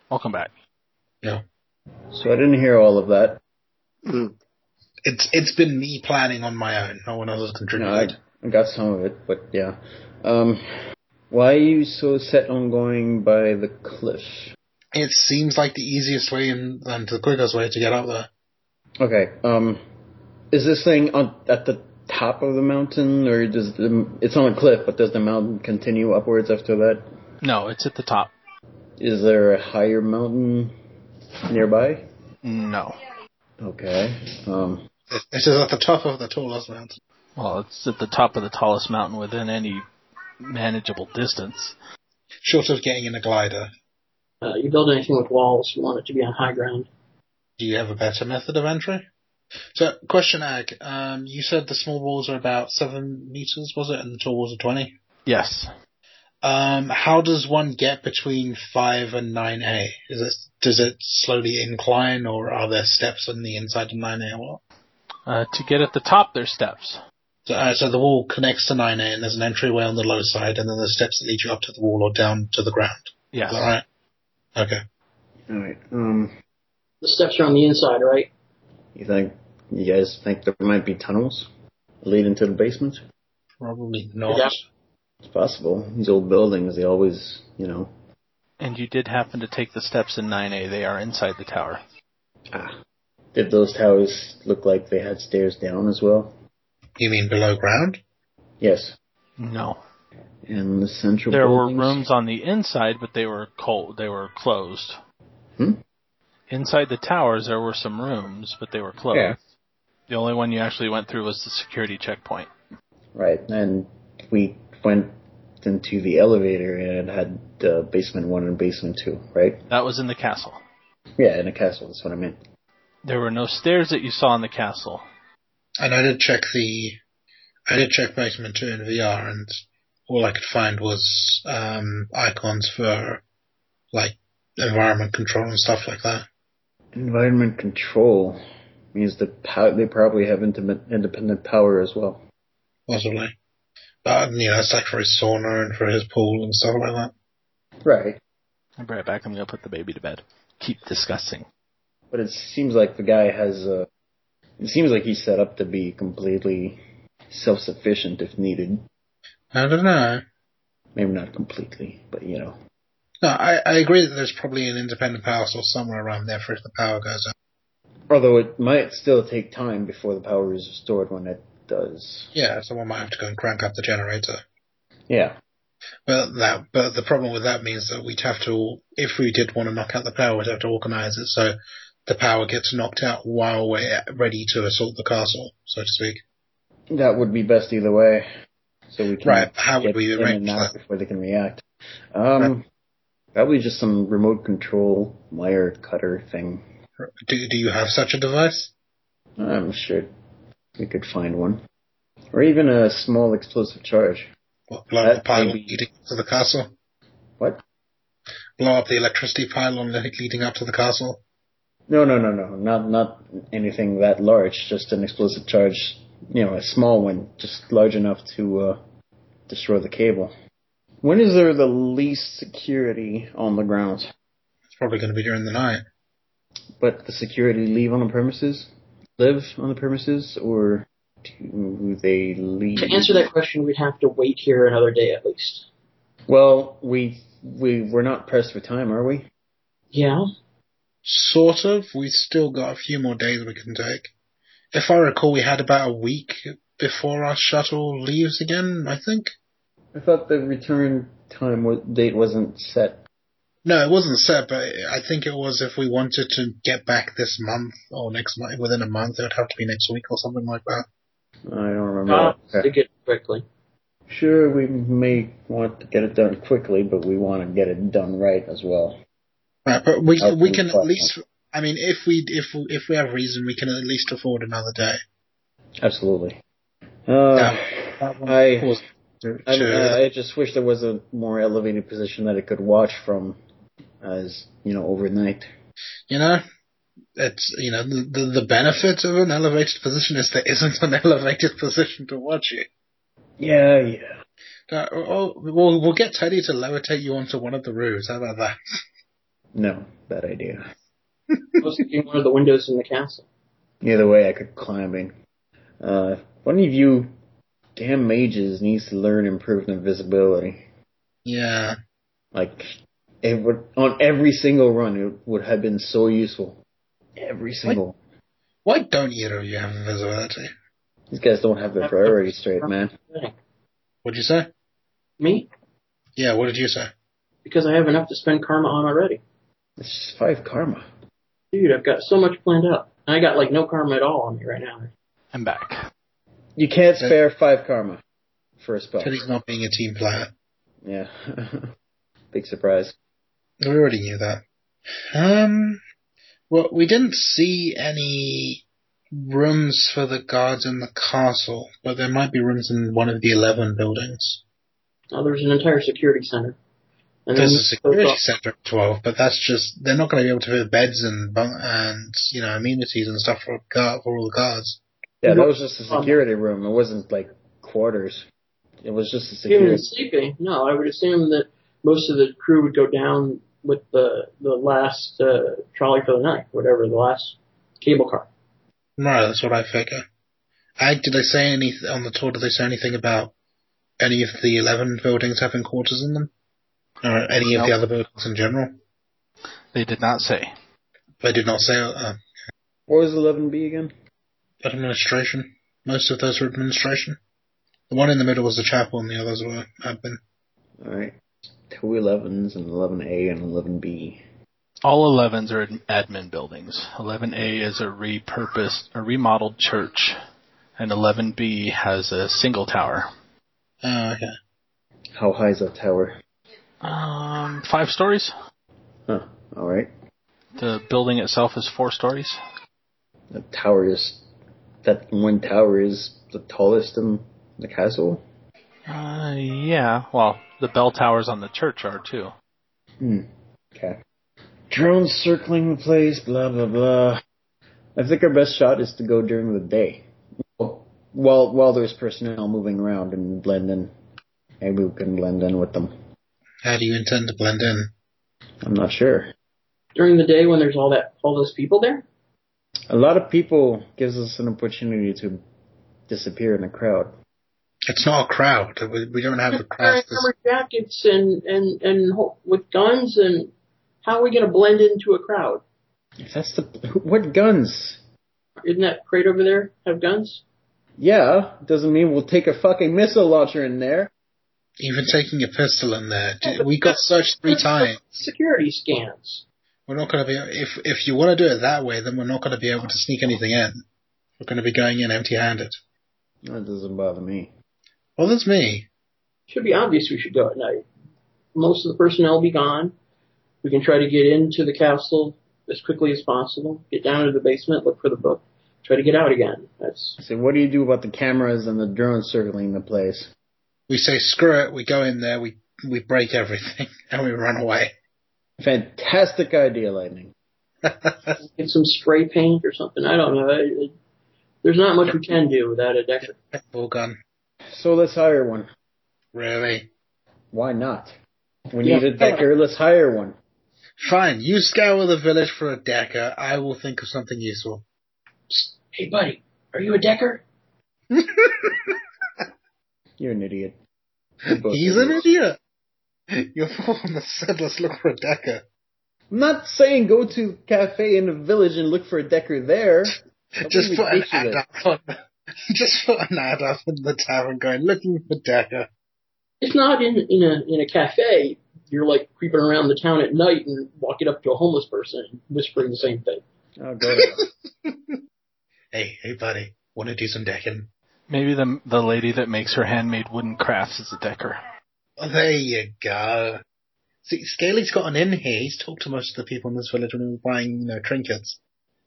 Speaker 1: Welcome back.
Speaker 3: So I didn't hear all of that.
Speaker 7: Mm.
Speaker 2: It's it's been me planning on my own. No one else has
Speaker 3: No, I,
Speaker 2: contributed.
Speaker 3: I got some of it, but yeah. Um, why are you so set on going by the cliff?
Speaker 2: It seems like the easiest way and, and the quickest way to get up there.
Speaker 3: Okay. Um, is this thing on at the top of the mountain, or does the it's on a cliff? But does the mountain continue upwards after that?
Speaker 1: No, it's at the top.
Speaker 3: Is there a higher mountain nearby?
Speaker 1: No.
Speaker 3: Okay. Um,
Speaker 2: It it is at the top of the tallest mountain.
Speaker 1: Well, it's at the top of the tallest mountain within any manageable distance.
Speaker 2: Short of getting in a glider,
Speaker 4: Uh, you build anything with walls, you want it to be on high ground.
Speaker 2: do you have a better method of entry? So, question Ag, um, you said the small walls are about 7 meters, was it? And the tall walls are 20?
Speaker 1: Yes.
Speaker 2: Um, how does one get between five and nine A? Is it does it slowly incline, or are there steps on the inside of nine A? Well,
Speaker 1: Uh, to get at the top, there's steps.
Speaker 2: so, uh, so the wall connects to nine A, and there's an entryway on the low side, and then there's steps that lead you up to the wall or down to the ground. Is that
Speaker 1: Yes.
Speaker 2: right? Okay.
Speaker 3: all right. Um,
Speaker 4: The steps are on the inside, right?
Speaker 3: you think you guys think there might be tunnels leading to the basement?
Speaker 2: Probably not.
Speaker 4: Yeah.
Speaker 3: It's possible. These old buildings, they always, you know.
Speaker 1: And you did happen to take the steps in 9A. They are inside the tower.
Speaker 3: Ah, did those towers look like they had stairs down as well?
Speaker 2: You mean below ground?
Speaker 3: Yes.
Speaker 1: No.
Speaker 3: And the central.
Speaker 1: There were
Speaker 3: buildings?
Speaker 1: rooms on the inside, but they were cold. They were closed.
Speaker 3: Hmm?
Speaker 1: Inside the towers, there were some rooms, but they were closed.
Speaker 3: Yeah.
Speaker 1: The only one you actually went through was the security checkpoint.
Speaker 3: Right, and we went into the elevator and it had uh, basement one and basement two, right?
Speaker 1: That was in the castle.
Speaker 3: Yeah, in a castle. That's what I meant.
Speaker 1: There were no stairs that you saw in the castle.
Speaker 2: And I did check the, I did check basement two in VR, and all I could find was um, icons for like environment control and stuff like that.
Speaker 3: Environment control means the pow- they probably have intimate, independent power as well.
Speaker 2: possibly. But um, you know, it's like for his sauna and for his pool and stuff like that.
Speaker 3: Right,
Speaker 1: I'll be right back. I'm going to put the baby to bed. Keep discussing.
Speaker 3: but it seems like the guy has. Uh, it seems like he's set up to be completely self-sufficient if needed.
Speaker 2: I don't know.
Speaker 3: Maybe not completely, but you know.
Speaker 2: No, I, I agree that there's probably an independent power source somewhere around there for if the power goes out.
Speaker 3: Although it might still take time before the power is restored when it does.
Speaker 2: Yeah, someone might have to go and crank up the generator.
Speaker 3: Yeah.
Speaker 2: But that, but the problem with that means that we'd have to, if we did want to knock out the power, we'd have to organize it so the power gets knocked out while we're ready to assault the castle, so to speak.
Speaker 3: That would be best either way. So we can
Speaker 2: Right, how would
Speaker 3: get
Speaker 2: we
Speaker 3: in
Speaker 2: arrange
Speaker 3: and out
Speaker 2: that?
Speaker 3: before they can react. Um, probably just some remote control wire cutter thing.
Speaker 2: Do, do you have such a device?
Speaker 3: I'm sure we could find one, or even a small explosive charge.
Speaker 2: What, blow up
Speaker 3: That
Speaker 2: the pile
Speaker 3: Uh, maybe-
Speaker 2: leading to the castle?
Speaker 3: What?
Speaker 2: blow up the electricity pylon le- leading up to the castle.
Speaker 3: No, no, no, no, not not anything that large. Just an explosive charge, you know, a small one, just large enough to uh, destroy the cable. When is there the least security on the grounds?
Speaker 2: It's probably going to be during the night.
Speaker 3: but the security leave on the premises, live on the premises, or do they leave?
Speaker 4: To answer that question, we'd have to wait here another day at least.
Speaker 3: Well, we we we're not pressed for time, are we?
Speaker 4: Yeah.
Speaker 2: Sort of. We've still got a few more days we can take. If I recall, we had about a week before our shuttle leaves again, I think.
Speaker 3: I thought the return time wa- date wasn't set.
Speaker 2: No, it wasn't set, but I think it was if we wanted to get back this month or next month, within a month, it would have to be next week or something like that.
Speaker 3: I don't remember.
Speaker 4: Uh,
Speaker 3: that.
Speaker 4: to get quickly.
Speaker 3: Sure, we may want to get it done quickly, but we want to get it done right as well.
Speaker 2: Right, but we
Speaker 3: How
Speaker 2: we
Speaker 3: can
Speaker 2: can
Speaker 3: we
Speaker 2: at
Speaker 3: plan?
Speaker 2: least. I mean, if we if we- if we have reason, we can at least afford another day.
Speaker 3: Absolutely. Uh,
Speaker 2: That one
Speaker 3: I- uh,
Speaker 2: was- to-
Speaker 3: I,
Speaker 2: to-
Speaker 3: I, I just wish there was a more elevated position that it could watch from, as you know, overnight.
Speaker 2: you know, it's you know the, the the benefit of an elevated position is there isn't an [LAUGHS] elevated position to watch you.
Speaker 3: Yeah, yeah.
Speaker 2: Uh, oh, we'll we'll get Teddy to levitate you onto one of the roofs. How about that?
Speaker 3: No, bad idea.
Speaker 4: Supposed to be one of the windows in the castle.
Speaker 3: Either way, I could climbing. Uh, one of you damn mages needs to learn improved invisibility.
Speaker 2: Yeah,
Speaker 3: Like, It would on every single run. It would have been so useful. Every single.
Speaker 2: Why don't either of you have invisibility?
Speaker 3: These guys don't have their priorities straight, man.
Speaker 2: What'd you say?
Speaker 4: Me?
Speaker 2: Yeah, what did you say?
Speaker 4: Because I have enough to spend karma on already.
Speaker 3: It's just five karma.
Speaker 4: Dude, I've got so much planned out. And I got like no karma at all on me right now.
Speaker 1: I'm back.
Speaker 3: You can't spare five karma for a spell.
Speaker 2: Because he's not being a team player.
Speaker 3: Yeah. [LAUGHS] Big surprise.
Speaker 2: We already knew that. Um, well, we didn't see any rooms for the guards in the castle, but there might be rooms in one of the 11 buildings.
Speaker 4: Now there's an entire security center. And
Speaker 2: There's a
Speaker 4: then-
Speaker 2: security center at 12, but that's just, they're not going to be able to fit beds and, bunk- and, you know, amenities and stuff for, guard, for all the guards.
Speaker 3: Yeah,
Speaker 4: No.
Speaker 3: that was just a security room. It wasn't like quarters. It was just a security.
Speaker 4: Even sleeping, no, I would assume that most of the crew would go down with the the last uh, trolley for the night, whatever the last cable car.
Speaker 2: Right, that's what I figure. I, did they say anything on the tour? Did they say anything about any of the 11 buildings having quarters in them? Or any of the other buildings in general?
Speaker 1: They did not say.
Speaker 2: They did not say, uh,
Speaker 3: What was 11B again?
Speaker 2: administration. Most of those were administration. The one in the middle was the chapel, and the others were admin.
Speaker 3: All right. Two 11s and 11A and 11B.
Speaker 1: All 11s are ad- admin buildings. 11A is a repurposed, a remodeled church, and 11B has a single tower.
Speaker 2: Oh, okay.
Speaker 3: How high is that tower?
Speaker 1: Um, five stories.
Speaker 3: Huh. All right.
Speaker 1: The building itself is four stories.
Speaker 3: That tower is. That one tower is the tallest in the castle?
Speaker 1: Uh, yeah. Well, the bell towers on the church are too.
Speaker 3: Hmm. Okay. Drones circling the place, blah, blah, blah. I think our best shot is to go during the day. While, while there's personnel moving around and blend in. Maybe we can blend in with them.
Speaker 2: How do you intend to blend in?
Speaker 3: I'm not sure.
Speaker 4: During the day when there's all that all those people there,
Speaker 3: A lot of people gives us an opportunity to disappear in a crowd.
Speaker 2: It's not a crowd. We we don't have a crowd.
Speaker 4: [LAUGHS] wearing armored jackets and and and ho- with guns and how are we going to blend into a crowd?
Speaker 3: If that's the what guns?
Speaker 4: Isn't that crate over there have guns?
Speaker 3: Yeah, doesn't mean we'll take a fucking missile launcher in there.
Speaker 2: Even taking a pistol in there.
Speaker 4: Yeah,
Speaker 2: Dude,
Speaker 4: but
Speaker 2: We got
Speaker 4: that's-
Speaker 2: searched
Speaker 4: [LAUGHS]
Speaker 2: three times.
Speaker 4: Security scans.
Speaker 2: We're not going to be. If if you want to do it that way, then we're not going to be able to sneak anything in. We're going to be going in empty-handed.
Speaker 3: That doesn't bother me.
Speaker 2: Well, that's me.
Speaker 4: Should be obvious we should go at night. Most of the personnel will be gone. We can try to get into the castle as quickly as possible, get down to the basement, look for the book, try to get out again. That's
Speaker 3: So what do you do about the cameras and the drones circling the place?
Speaker 2: We say screw it. We go in there. We we break everything [LAUGHS] and we run away. [LAUGHS]
Speaker 3: Fantastic idea, Lightning.
Speaker 4: get some spray paint or something. I don't know. I, I, there's not much we can do without a deck.
Speaker 2: Ball gun.
Speaker 3: So let's hire one.
Speaker 2: Really?
Speaker 3: Why not? We
Speaker 4: Yeah.
Speaker 3: need a decker. Let's hire one.
Speaker 2: Fine. You scour the village for a decker. I will think of something useful.
Speaker 4: Hey, buddy, are you a decker?
Speaker 3: You're an idiot.
Speaker 2: He's an idiot. [LAUGHS] You're full on the said, let's look for a decker.
Speaker 3: I'm not saying go to cafe in the village and look for a decker there. That'd
Speaker 2: [LAUGHS]
Speaker 3: be
Speaker 2: Just put an ad
Speaker 3: ridiculous.
Speaker 2: up on, [LAUGHS] just put an ad up in the tavern going, looking for decker.
Speaker 4: It's not in in a in a cafe. You're like creeping around the town at night and walking up to a homeless person and whispering the same thing.
Speaker 3: Oh, God.
Speaker 2: Hey, hey buddy, wanna do some decking?
Speaker 1: Maybe the the lady that makes her handmade wooden crafts is a decker.
Speaker 2: Oh, there you go. See, Scaly's got an in here. He's talked to most of the people in this village when he was buying, you know, trinkets.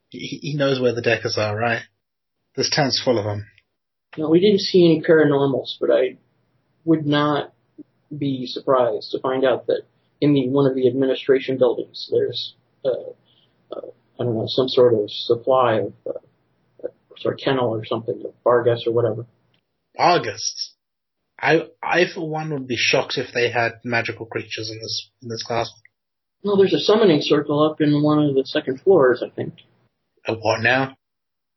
Speaker 2: He, he knows where the deckers are, right? This town's full of them.
Speaker 4: No, we didn't see any paranormals, but I would not be surprised to find out that in the one of the administration buildings, there's uh, uh, I don't know some sort of supply of uh, uh, sort of kennel or something, of Vargas or whatever.
Speaker 2: Argus. I, I for one would be shocked if they had magical creatures in this, in this class.
Speaker 4: No, there's a summoning circle up in one of the second floors, I think.
Speaker 2: A what now?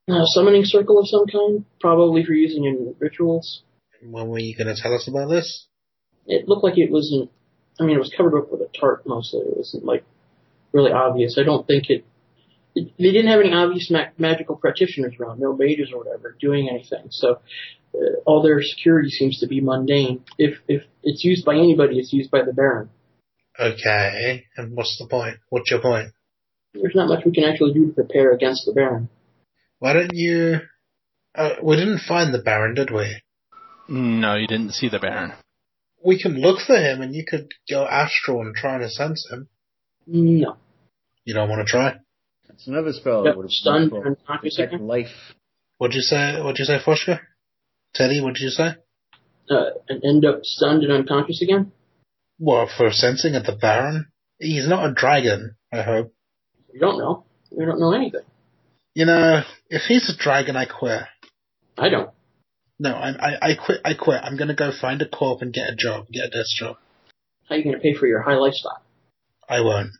Speaker 4: A summoning circle of some kind, probably for using in rituals.
Speaker 2: When were you going to tell us about this?
Speaker 4: It looked like it was an I mean, it was covered up with a tarp mostly. It wasn't like really obvious. I don't think it. it they didn't have any obvious ma- magical practitioners around, no mages or whatever, doing anything. So uh, all their security seems to be mundane. If if it's used by anybody, it's used by the Baron.
Speaker 2: Okay, and what's the point? What's your point?
Speaker 4: There's not much we can actually do to prepare against the Baron.
Speaker 2: Why don't you? Uh, we didn't find the Baron, did we?
Speaker 1: No, you didn't see the Baron.
Speaker 2: We can look for him, and you could go astral and try to sense him.
Speaker 4: No.
Speaker 2: You don't want to try.
Speaker 3: That's another spell. that
Speaker 4: Yep,
Speaker 3: Oh, would've been
Speaker 4: stunned
Speaker 3: called
Speaker 4: and conscious
Speaker 3: Protect
Speaker 4: again.
Speaker 3: life.
Speaker 2: What'd you say? What'd you say, Foshka? Teddy, what'd you say?
Speaker 4: Uh, and end up stunned and unconscious again.
Speaker 2: Well, for sensing at the Baron, he's not a dragon. I hope.
Speaker 4: We don't know. We don't know anything.
Speaker 2: You know, if he's a dragon, I quit.
Speaker 4: I don't.
Speaker 2: No, I, I, I quit. I quit. I'm gonna go find a corp and get a job, get a desk job.
Speaker 4: How are you going to pay for your high lifestyle?
Speaker 2: I won't.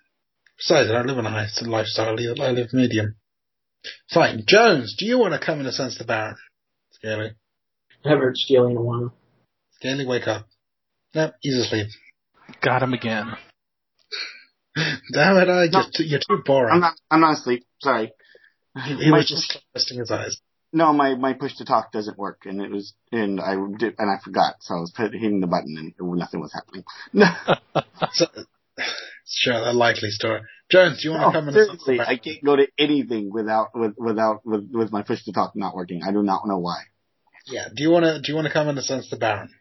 Speaker 2: Besides, I don't live on a high lifestyle. I live- I live medium. Fine, Jones. Do you want to come and sense the Baron? Scaly,
Speaker 4: I haven't heard Scaly in a while.
Speaker 2: Scaly, wake up. Nope, he's asleep.
Speaker 1: Got him again.
Speaker 2: Damn it! I just you're too
Speaker 5: I'm
Speaker 2: boring.
Speaker 5: not. I'm not asleep. Sorry.
Speaker 2: he he
Speaker 5: my-
Speaker 2: was just testing his eyes.
Speaker 5: No, my, my push to talk doesn't work, and it was, and I did, and I forgot, so I was put- hitting the button, and nothing was happening. No,
Speaker 2: So, sure, a likely story. Jones, do you
Speaker 7: Oh,
Speaker 2: want to come and sense the
Speaker 5: seriously,
Speaker 2: Baron?
Speaker 5: I can't go to anything without with, without with, with my push to talk not working. I do not know why.
Speaker 2: Yeah. Do you want to? Do you want to come and sense the Baron?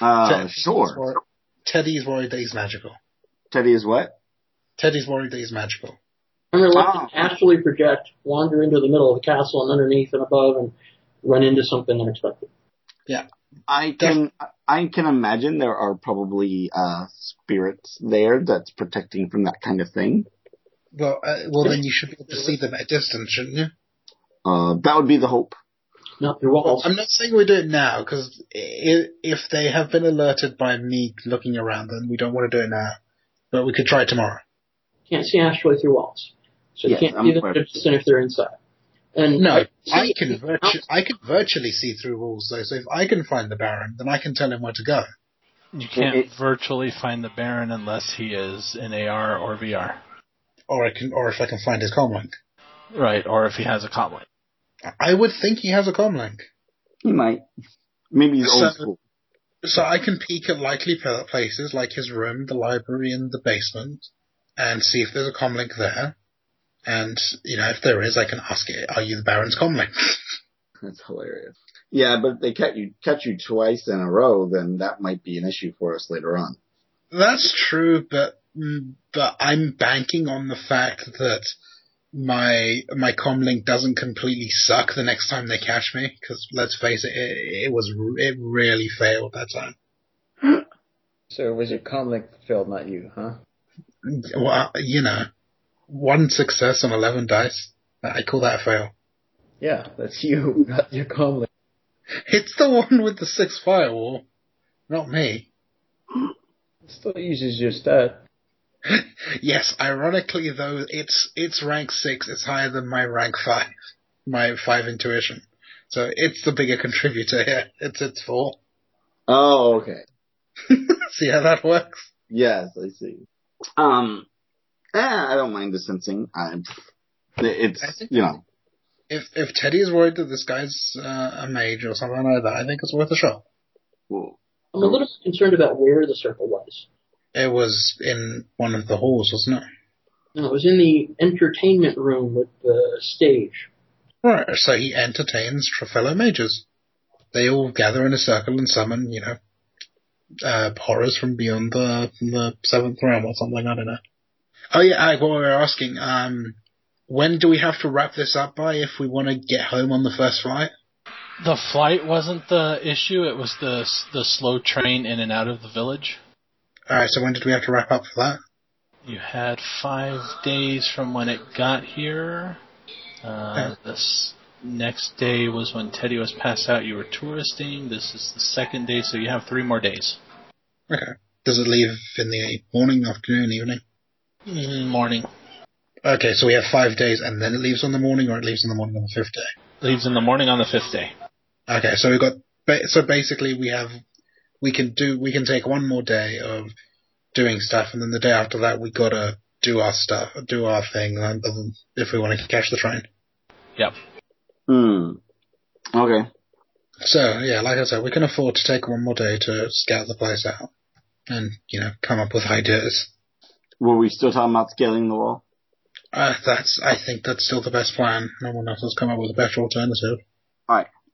Speaker 5: Uh,
Speaker 2: Ted- Teddy's
Speaker 5: sure.
Speaker 2: wor- Teddy's worried that he's magical.
Speaker 5: Teddy is what?
Speaker 2: Teddy's worried that he's magical.
Speaker 4: I'm going to let
Speaker 2: Ah.
Speaker 5: Wow.
Speaker 4: them actually project, wander into the middle of the castle and underneath and above and run into something unexpected.
Speaker 5: I can I can imagine there are probably uh spirits there that's protecting from that kind of thing.
Speaker 2: Well, uh, well, then you should be able to see them at a distance, shouldn't you?
Speaker 5: Uh, that would be the hope.
Speaker 4: Not through walls.
Speaker 2: I'm not saying we do it now because if they have been alerted by me looking around, then we don't want to do it now. But we could try it tomorrow.
Speaker 4: can't see astrally through walls. So
Speaker 5: Yes,
Speaker 4: you can't
Speaker 5: I'm
Speaker 4: see them
Speaker 5: aware.
Speaker 4: at a distance if they're inside. And
Speaker 2: No,
Speaker 4: see
Speaker 2: I can
Speaker 4: anything
Speaker 2: virtu-
Speaker 4: else.
Speaker 2: I can virtually see through walls, though. So if I can find the Baron, then I can tell him where to go.
Speaker 1: You can't
Speaker 5: it-
Speaker 1: virtually find the Baron unless he is in AR or VR.
Speaker 2: Or I can, or if I can find his comlink.
Speaker 1: Right, or if he has a comlink.
Speaker 2: I would think he has a comlink,
Speaker 5: He might. Maybe he's old
Speaker 2: So-
Speaker 5: school.
Speaker 2: so I can peek at likely pla- places like his room, the library, and the basement, and see if there's a comlink there. And you know, if there is, I can ask it. Are you the Baron's comlink?
Speaker 5: That's hilarious. Yeah, but if they catch you catch you twice in a row, then that might be an issue for us later on.
Speaker 2: That's true, but mm, but I'm banking on the fact that my my comlink doesn't completely suck the next time they catch me. Because let's face it, it, it was r- it really failed that time.
Speaker 3: So it was your comlink that failed, not you, huh?
Speaker 2: Well, you know, one success on eleven dice. I call that a fail.
Speaker 3: Yeah, that's [LAUGHS] you, not your comlink.
Speaker 2: It's the one with the six firewall, not me.
Speaker 3: It still uses your stat.
Speaker 2: Yes, ironically though, it's it's rank six. It's higher than my rank five, my five intuition. So it's the bigger contributor here. [LAUGHS] It's its fault.
Speaker 5: Oh, okay.
Speaker 2: See how that works?
Speaker 5: Yes, I see. Um, eh, I don't mind the sensing. I'm,
Speaker 2: I
Speaker 5: it's
Speaker 2: think-
Speaker 5: you know,
Speaker 2: If if Teddy is worried that this guy's uh, a mage or something like that, I think it's worth a shot.
Speaker 5: well,
Speaker 4: I'm a little concerned about where the circle was.
Speaker 2: It was in one of the halls, wasn't it?
Speaker 4: No, it was in the entertainment room with the stage.
Speaker 2: Right. So he entertains tr- fellow mages. They all gather in a circle and summon, you know, uh, horrors from beyond the from the seventh realm or something. I don't know. Oh yeah, Ag, what we were asking, um, when do we have to wrap this up by if we want to get home on the first flight?
Speaker 1: The flight wasn't the issue, it was the, s- the slow train in and out of the village.
Speaker 2: All right. So when did we have to wrap up for that?
Speaker 1: You had five days from when it got here. Uh, this next day was when Teddy was passed out. You were touristing. This is the second day, so you have three more days.
Speaker 2: Okay. Does it leave in the morning, afternoon, evening?
Speaker 7: Mm-hmm.
Speaker 1: Mm, Morning
Speaker 2: Okay, so we have five days, and then it leaves on the morning, or it leaves on the morning on the fifth day.
Speaker 1: leaves in the morning on the fifth day.
Speaker 2: Okay, so we got ba- so basically we have we can do we can take one more day of doing stuff, and then the day after that we gotta do our stuff, do our thing, um, if we want to catch the train.
Speaker 7: Hmm. Okay.
Speaker 2: So yeah, like I said, we can afford to take one more day to scout the place out, and you know, come up with ideas.
Speaker 7: Were we still talking about scaling the wall?
Speaker 2: Uh, that's, I think that's still the best plan. No one else has come up with a better alternative.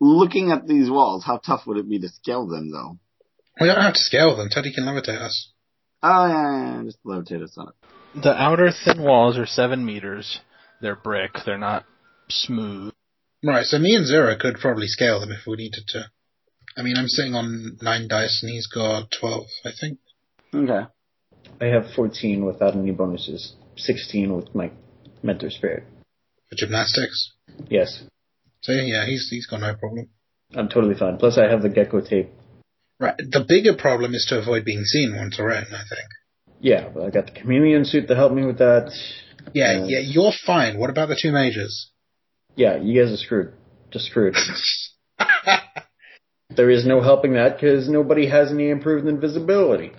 Speaker 7: Looking at these walls, how tough would it be to scale them, though?
Speaker 2: We don't have to scale them. Teddy can levitate us.
Speaker 7: Oh, yeah, yeah, yeah, just levitate us on it.
Speaker 1: The outer thin walls are seven meters. They're brick. They're not smooth.
Speaker 2: Right, so me and Zero could probably scale them if we needed to. I mean, I'm sitting on nine dice and he's got twelve, I think.
Speaker 7: Okay.
Speaker 3: I have 14 without any bonuses, 16 with my mentor spirit.
Speaker 2: For gymnastics.
Speaker 3: Yes,
Speaker 2: So yeah, he's he's got no problem.
Speaker 3: I'm totally fine. Plus, I have the gecko tape.
Speaker 2: Right, the bigger problem is to avoid being seen once we're in, I think.
Speaker 3: Yeah, but I got the chameleon suit to help me with that.
Speaker 2: Yeah,
Speaker 3: Yeah.
Speaker 2: yeah, you're fine. What about the two majors? [LAUGHS]
Speaker 3: Yeah, you guys are screwed. Just [LAUGHS] screwed. There is no helping that because nobody has any improved invisibility.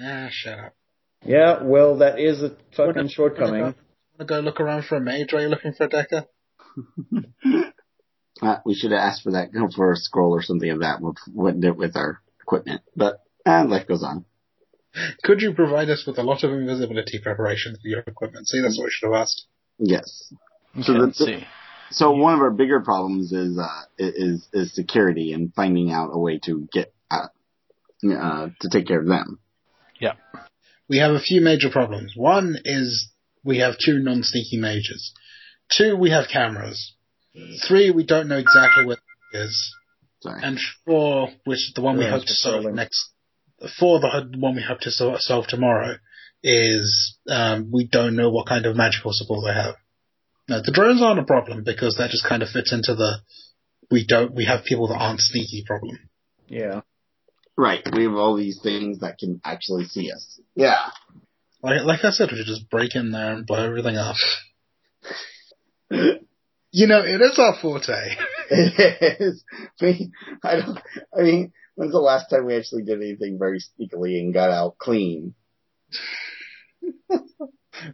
Speaker 2: ah, shut up.
Speaker 3: Yeah, well, that is a fucking
Speaker 2: Wanna-
Speaker 3: shortcoming.
Speaker 2: Wanna go- wanna go look around for a mage? Are you looking for a decker?
Speaker 7: Uh, we should have asked for that go for a scroll or something of that with with, with our equipment, but eh, life goes on.
Speaker 2: Could you provide us with a lot of invisibility preparation for your equipment? See, that's what we should have asked.
Speaker 7: Yes.
Speaker 1: You
Speaker 7: So
Speaker 1: can't
Speaker 7: the-
Speaker 1: see.
Speaker 7: So one of our bigger problems is uh, i- is is security and finding out a way to get uh, uh, to take care of them.
Speaker 2: We have a few major problems. One is we have two non-sneaky mages. Two, we have cameras.
Speaker 3: Mm.
Speaker 2: Three, we don't know exactly where it is.
Speaker 7: Sorry.
Speaker 2: And four, which the one we
Speaker 3: Yeah,
Speaker 2: hope to
Speaker 3: it's
Speaker 2: solve
Speaker 3: patrolling.
Speaker 2: next, four, the one we hope to sol- solve tomorrow is um, we don't know what kind of magical support they have. No, the drones aren't a problem because that just kind of fits into the we don't we have people that aren't sneaky problem.
Speaker 3: Yeah.
Speaker 7: right. We have all these things that can actually see us. Yeah. [LAUGHS]
Speaker 2: Like like I said, we should just break in there and blow everything up.
Speaker 7: it
Speaker 2: [LAUGHS] You know, it is our forte.
Speaker 7: is. I mean, I don't. I mean, when's the last time we actually did anything very sneakily and got out clean?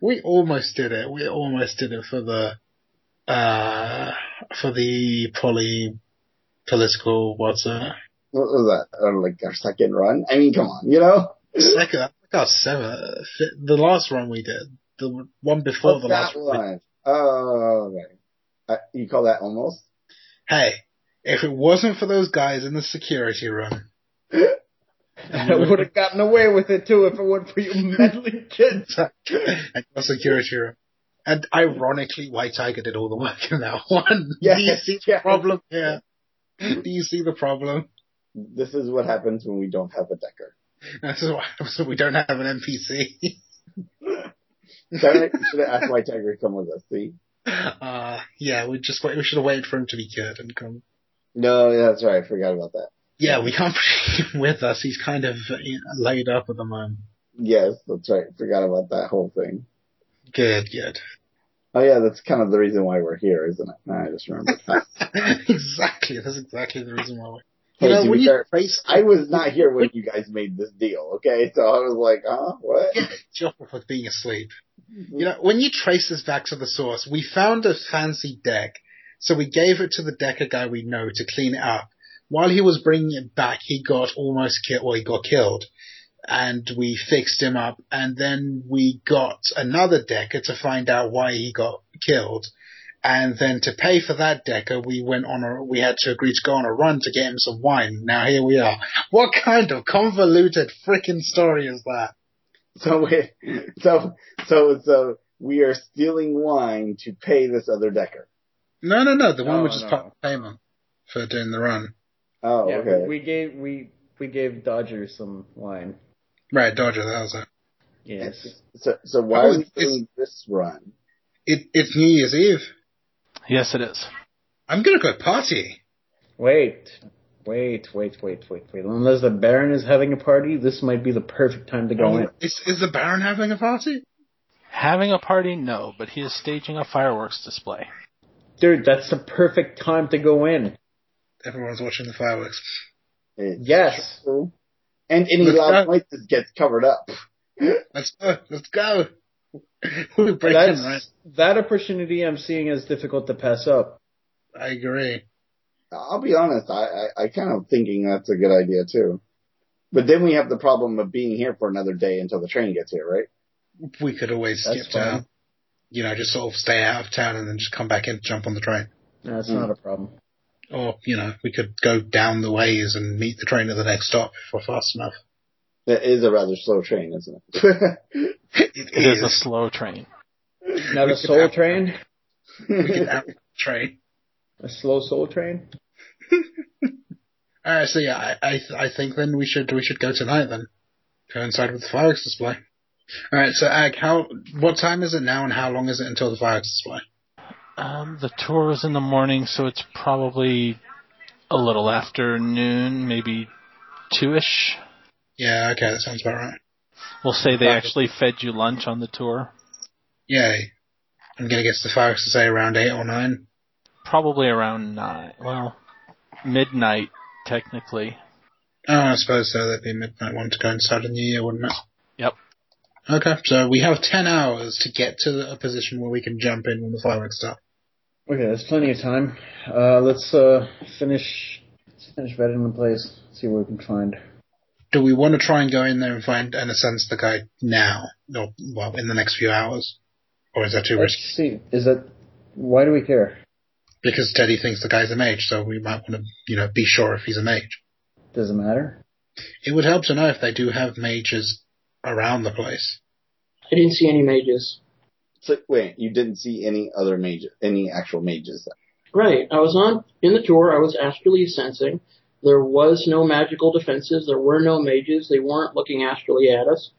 Speaker 2: We almost did it. We almost did it for the uh for the poly political what's it?
Speaker 7: What was that? Or like our second run? I mean, come on. You know.
Speaker 2: Second, I think uh, our seventh, the last one we did, the one before
Speaker 7: What's
Speaker 2: the
Speaker 7: that
Speaker 2: last one.
Speaker 7: one. Oh, okay. Uh, you call that almost?
Speaker 2: Hey, if it wasn't for those guys in the security room,
Speaker 3: [LAUGHS] I would [LAUGHS] have gotten away with it too if it weren't for you [LAUGHS] meddling kids.
Speaker 2: and our security room, and ironically, White Tiger did all the work in that [LAUGHS] one. Do you
Speaker 7: Yes,
Speaker 2: see
Speaker 7: [LAUGHS]
Speaker 2: the
Speaker 7: yes.
Speaker 2: problem here? [LAUGHS] Do you see the problem?
Speaker 7: This is what happens when we don't have a decker.
Speaker 2: This is why so we don't have an NPC.
Speaker 7: Sorry, you should have asked White Tiger to come with us. See?
Speaker 2: [LAUGHS] Uh, yeah, we just wait, we should have waited for him to be cured and come.
Speaker 7: No, yeah, that's right. I forgot about that.
Speaker 2: Yeah, we can't [LAUGHS] bring him with us. He's kind of you know, laid up at the moment.
Speaker 7: Yes, that's right. Forgot about that whole thing.
Speaker 2: Good, good. [LAUGHS]
Speaker 7: Oh yeah, that's kind of the reason why we're here, isn't it? I just remembered.
Speaker 2: exactly. That's exactly the reason why.
Speaker 7: Hey,
Speaker 2: We're... You
Speaker 7: to
Speaker 2: know, when
Speaker 7: be
Speaker 2: you
Speaker 7: fair,
Speaker 2: face
Speaker 7: I was not here when you guys made this deal, okay? So I was like, huh, what?
Speaker 2: [LAUGHS] jump off with being asleep, you know, when you trace this back to the source, we found a fancy deck, so we gave it to the decker guy we know to clean it up. While he was bringing it back, he got almost killed. Well, he got killed, and we fixed him up. And then we got another decker to find out why he got killed. And then to pay for that decker, we went on a, we had to agree to go on a run to get him some wine. Now here we are. [LAUGHS] What kind of convoluted frickin' story is that?
Speaker 7: So we, so so so we are stealing wine to pay this other Decker.
Speaker 2: No, no, no. The
Speaker 3: No,
Speaker 2: one which is
Speaker 3: no.
Speaker 2: part of the payment for doing the run.
Speaker 7: Oh,
Speaker 3: yeah,
Speaker 7: okay.
Speaker 3: we gave we we gave Dodger some wine.
Speaker 2: Right, Dodger, that was it.
Speaker 3: Yes.
Speaker 7: so so why are
Speaker 2: Oh,
Speaker 7: we doing this run?
Speaker 2: it. It's New Year's Eve.
Speaker 1: Yes, it is.
Speaker 2: I'm gonna go party.
Speaker 3: Wait, wait, wait, wait, wait, wait. Unless the Baron is having a party, this might be the perfect time to go in.
Speaker 2: Is, is the Baron having a party?
Speaker 1: Having a party, no, but he is staging a fireworks display.
Speaker 3: Dude, that's the perfect time to go in.
Speaker 2: Everyone's watching the fireworks.
Speaker 7: It's
Speaker 3: Yes.
Speaker 7: true. And any
Speaker 2: Look,
Speaker 7: loud
Speaker 2: that-
Speaker 7: noises gets covered up.
Speaker 2: Let's go. Let's go. [LAUGHS] We're breaking,
Speaker 3: That's,
Speaker 2: right?
Speaker 3: That opportunity I'm seeing as difficult to pass up.
Speaker 2: I agree.
Speaker 7: I'll be honest, I, I, I kind of thinking that's a good idea too. But then we have the problem of being here for another day until the train gets here, right?
Speaker 2: We could always
Speaker 3: That's
Speaker 2: skip
Speaker 3: fine.
Speaker 2: town. You know, just sort of stay out of town and then just come back in, jump on the train.
Speaker 3: That's
Speaker 7: Hmm.
Speaker 3: not a problem.
Speaker 2: Or, you know, we could go down the ways and meet the train at the next stop if we're fast enough.
Speaker 7: That is a rather slow train, isn't it?
Speaker 1: It is a slow train.
Speaker 3: Not a
Speaker 2: could
Speaker 3: soul
Speaker 2: have-
Speaker 3: train?
Speaker 2: [LAUGHS] We could out the train.
Speaker 3: A slow soul train?
Speaker 2: Alright, so yeah, I, I, I think then we should, we should go tonight then. Coincide with the fireworks display. Alright, so Ag, how, what time is it now and how long is it until the fireworks display?
Speaker 1: Um, the tour is in the morning, so it's probably a little after noon, maybe two ish.
Speaker 2: Yeah, okay, that sounds about right.
Speaker 1: We'll say they
Speaker 2: Gotcha.
Speaker 1: actually fed you lunch on the tour.
Speaker 2: Yay. I'm gonna guess the fireworks display around eight or nine.
Speaker 1: Probably around nine. Well, midnight, technically.
Speaker 2: Oh, I suppose so. That'd be a midnight one to coincide with the New Year, wouldn't it?
Speaker 1: Yep.
Speaker 2: Okay, so we have ten hours to get to the- a position where we can jump in when the fireworks start.
Speaker 3: Okay, there's plenty of time. Uh, let's uh, finish let's finish vetting the place. See what we can find.
Speaker 2: Do we want to try and go in there and find and sense the guy now, or well, in the next few hours, or is that too
Speaker 3: Let's
Speaker 2: risky?
Speaker 3: see. Is that why do we care?
Speaker 2: Because Teddy thinks the guy's a mage, so we might want to, you know, be sure if he's a mage.
Speaker 3: Does it matter?
Speaker 2: It would help to know if they do have mages around the place.
Speaker 4: I didn't see any mages.
Speaker 7: [LAUGHS] so, wait, you didn't see any other mages, any actual mages.
Speaker 4: Right. I was on in the tour. I was astrally sensing. There was no magical defenses. There were no mages. They weren't looking astrally at us.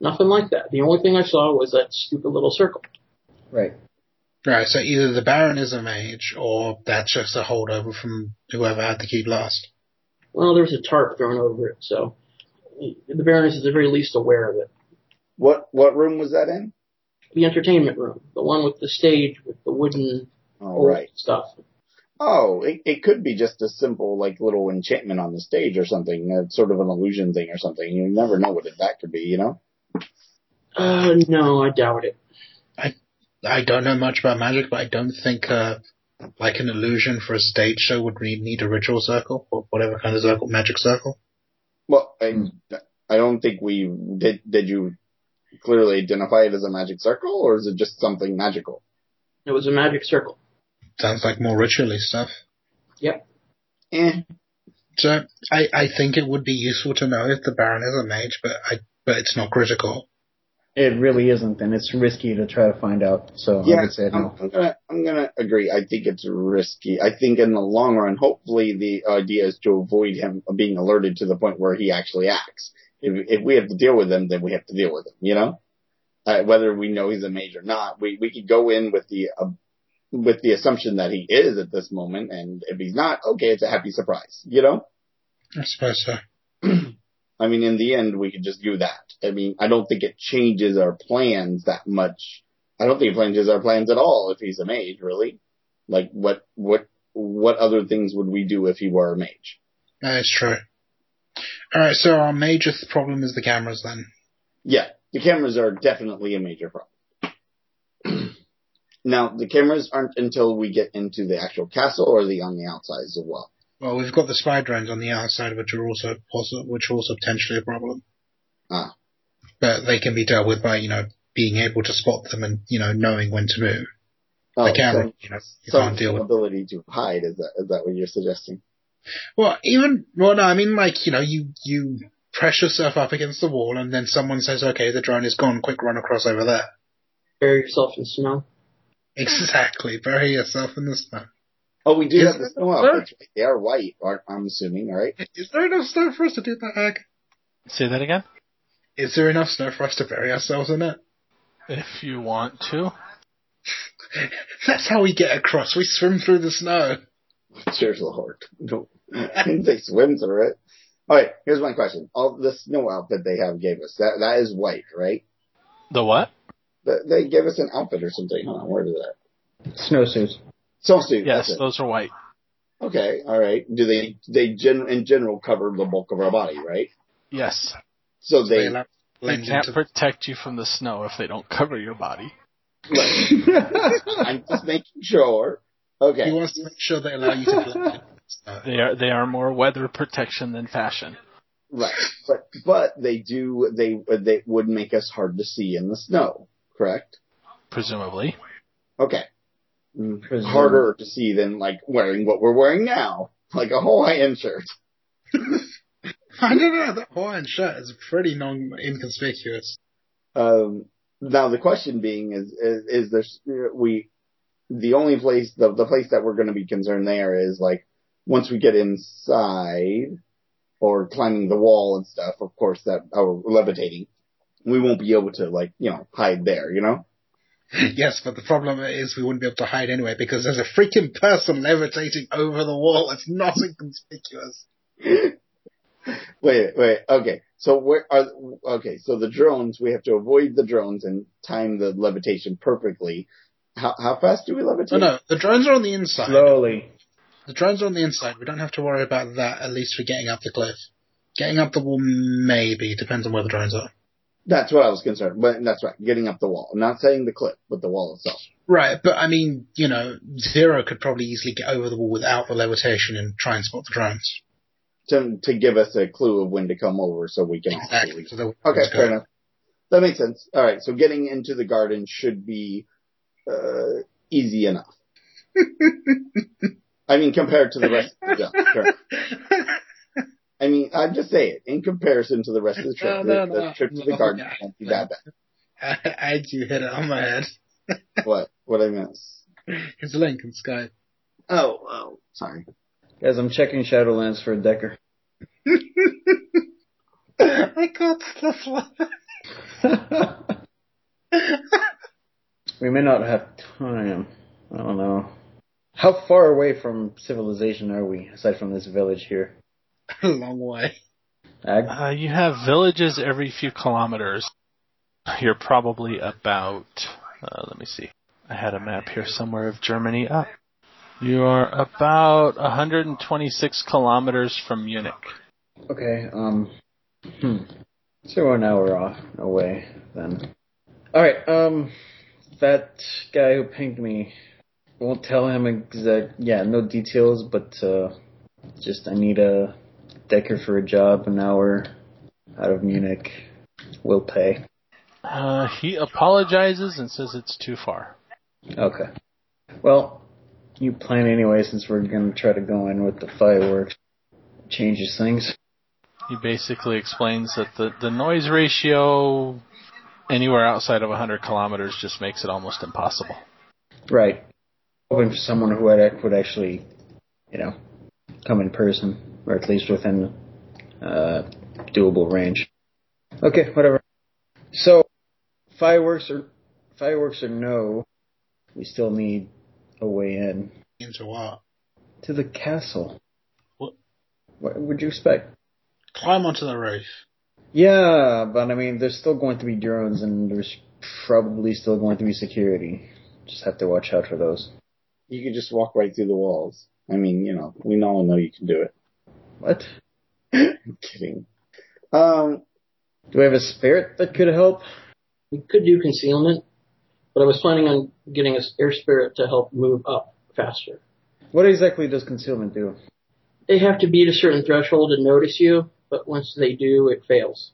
Speaker 4: Nothing like that. The only thing I saw was that stupid little circle.
Speaker 3: Right.
Speaker 2: Right, so either the Baron is a mage, or that's just a holdover from whoever had the key last.
Speaker 4: Well, there was a tarp thrown over it, so the Baroness is at the very least aware of it.
Speaker 7: What what room was that in?
Speaker 4: The entertainment room, the one with the stage with the wooden
Speaker 7: Oh,
Speaker 4: old
Speaker 7: right.
Speaker 4: stuff.
Speaker 7: Oh, it, it could be just a simple like little enchantment on the stage or something, uh, sort of an illusion thing or something. You never know what it, that could be, you know.
Speaker 4: Uh, no, I doubt it.
Speaker 2: I don't know much about magic, but I don't think uh, like an illusion for a stage show would re- need a ritual circle or whatever kind of circle, magic circle.
Speaker 7: Well, I, I don't think we did. Did you clearly identify it as a magic circle, or is it just something magical?
Speaker 4: It was a magic circle.
Speaker 2: Sounds like more ritually stuff.
Speaker 7: Eh,
Speaker 2: So I, I think it would be useful to know if the Baron is a mage, but I but it's not critical.
Speaker 3: It really isn't, and it's risky to try to find out. So I
Speaker 7: yeah, um,
Speaker 3: would say
Speaker 7: I'm,
Speaker 3: no.
Speaker 7: I'm gonna I'm gonna agree. I think it's risky. I think in the long run, hopefully, the idea is to avoid him being alerted to the point where he actually acts. If if we have to deal with him, then we have to deal with him. You know, uh, whether we know he's a mage or not, we we could go in with the uh, with the assumption that he is at this moment, and if he's not, okay, it's a happy surprise. You know.
Speaker 2: I suppose so.
Speaker 7: [CLEARS THROAT] I mean, in the end, we could just do that. I mean, I don't think it changes our plans that much. I don't think it changes our plans at all if he's a mage, really. Like, what, what, what other things would we do if he were a mage?
Speaker 2: That is true. All right, so our major th- problem is the cameras then.
Speaker 7: Yeah, the cameras are definitely a major problem. [CLEARS THROAT] now, the cameras aren't until we get into the actual castle or the on the outsides as well.
Speaker 2: Well, we've got the spy drones on the outside, which are also possible, which are also potentially a problem.
Speaker 7: Ah.
Speaker 2: But they can be dealt with by you know being able to spot them and you know knowing when to move.
Speaker 7: Oh,
Speaker 2: the camera,
Speaker 7: so-
Speaker 2: you know, you
Speaker 7: so
Speaker 2: can't deal with.
Speaker 7: ability to hide is that is that what you're suggesting?
Speaker 2: Well, even well, no, I mean like you know, you you press yourself up against the wall, and then someone says, "Okay, the drone is gone. Quick, run across over [LAUGHS] there."
Speaker 4: Bury yourself in snow.
Speaker 2: Exactly. Bury yourself in the snow.
Speaker 7: Oh, we do
Speaker 2: Is
Speaker 7: have the
Speaker 2: it-
Speaker 7: snow outfits. right? They are white, aren't, I'm assuming, right?
Speaker 2: Is there enough snow for us to do that? Ag?
Speaker 1: Say that again?
Speaker 2: Is there enough snow for us to bury ourselves in it? [LAUGHS]
Speaker 1: If you want to.
Speaker 2: That's how we get across. We swim through the snow.
Speaker 7: Cheers, Lord. No, [LAUGHS] I didn't say swim through it. All right, here's my question. All the snow outfit they have gave us that that is white, right?
Speaker 1: The what?
Speaker 7: Th- They gave us an outfit or something. Hold on, where is that?
Speaker 3: Snowsuit.
Speaker 7: Snowsuit.
Speaker 1: Yes,
Speaker 7: that's it.
Speaker 1: those are white.
Speaker 7: Okay. All right. Do they they gen- in general cover the bulk of our body, right?
Speaker 1: Yes.
Speaker 7: So
Speaker 2: They
Speaker 7: they
Speaker 2: allow
Speaker 1: They
Speaker 2: blends
Speaker 1: can't
Speaker 2: into-
Speaker 1: protect you from the snow if they don't cover your body.
Speaker 7: I'm just making sure.
Speaker 2: [LAUGHS]
Speaker 7: Okay.
Speaker 2: He wants to make sure they allow you to blend into the snow.
Speaker 1: They are they are more weather protection than fashion.
Speaker 7: Right, but but they do they they would make us hard to see in the snow, correct?
Speaker 1: Presumably,
Speaker 7: Okay,
Speaker 1: Mm-hmm.
Speaker 3: Presume-
Speaker 7: harder to see than like wearing what we're wearing now, like a Hawaiian shirt.
Speaker 2: [LAUGHS] I don't know. That Hawaiian shirt is pretty non inconspicuous.
Speaker 7: Um, now the question being is is, is there we the only place the the place that we're going to be concerned there is like once we get inside or climbing the wall and stuff. Of course, that or levitating, we won't be able to like you know hide there. You know.
Speaker 2: Yes, but the problem is we wouldn't be able to hide anyway because there's a freaking person levitating over the wall. It's not inconspicuous.
Speaker 7: Wait, wait, okay. So where are, okay, so the drones, we have to avoid the drones and time the levitation perfectly. How, how fast do we levitate?
Speaker 2: Oh no, the drones are on the inside.
Speaker 3: Slowly.
Speaker 2: The drones are on the inside. We don't have to worry about that at least for getting up the cliff. Getting up the wall, maybe depends on where the drones are.
Speaker 7: That's what I was concerned, but that's right, getting up the wall. I'm not saying the cliff, but the wall itself.
Speaker 2: Right, but I mean, you know, Zero could probably easily get over the wall without the levitation and try and spot the drones.
Speaker 7: To, to give us a clue of when to come over so we can
Speaker 2: Exactly. So they'll-
Speaker 7: Okay,
Speaker 2: let's go.
Speaker 7: fair enough. That makes sense. All right, so getting into the garden should be uh,
Speaker 2: [LAUGHS]
Speaker 7: easy enough. I mean, compared to the rest
Speaker 2: [LAUGHS]
Speaker 7: of the job. Sure. I mean, I'm just saying, in comparison to the rest of the trip,
Speaker 2: No, Oh, no,
Speaker 7: the, the
Speaker 2: no.
Speaker 7: trip to the
Speaker 2: No,
Speaker 7: garden
Speaker 2: yeah.
Speaker 7: won't be that bad.
Speaker 2: [LAUGHS] I, I do hit it on my head.
Speaker 7: What? What I miss?
Speaker 2: It's a link in Skype.
Speaker 7: Oh, oh, sorry.
Speaker 3: Guys, I'm checking Shadowlands for a Decker. [LAUGHS]
Speaker 2: I got stuff like
Speaker 3: we may not have time. I don't know. How far away from civilization are we, aside from this village here?
Speaker 2: a [LAUGHS] long way.
Speaker 3: Ag?
Speaker 1: uh, you have villages every few kilometers. You're probably about. Uh, let me see. I had a map here somewhere of Germany. Up. You are about 126 kilometers from Munich.
Speaker 3: Okay, um. Hmm. So we're an hour off, away then. Alright, um. That guy who pinged me. Won't tell him exact. Yeah, no details, but, uh. Just I need a Decker for a job, an hour out of Munich. Will pay.
Speaker 1: Uh, he apologizes and says it's too far.
Speaker 3: Okay. Well, you plan anyway, since we're going to try to go in with the fireworks. Changes things.
Speaker 1: He basically explains that the, the noise ratio anywhere outside of 100 kilometers just makes it almost impossible.
Speaker 3: Right. Hoping for someone who would, would actually, you know, come in person, or at least within uh, doable range. Okay, whatever. So, fireworks or fireworks or no, we still need a way in
Speaker 2: Into what?
Speaker 3: to the castle.
Speaker 1: What?
Speaker 3: What would you expect?
Speaker 2: Climb onto the roof.
Speaker 3: Yeah, but I mean, there's still going to be drones, and there's probably still going to be security. Just have to watch out for those.
Speaker 7: You could just walk right through the walls. I mean, you know, we all know you can do it.
Speaker 3: What?
Speaker 7: I'm kidding. Um,
Speaker 3: Do we have a spirit that could help?
Speaker 4: We could do concealment, but I was planning on getting an air spirit to help move up faster.
Speaker 3: What exactly does concealment do?
Speaker 4: They have to beat a certain threshold to notice you, but once they do, it fails.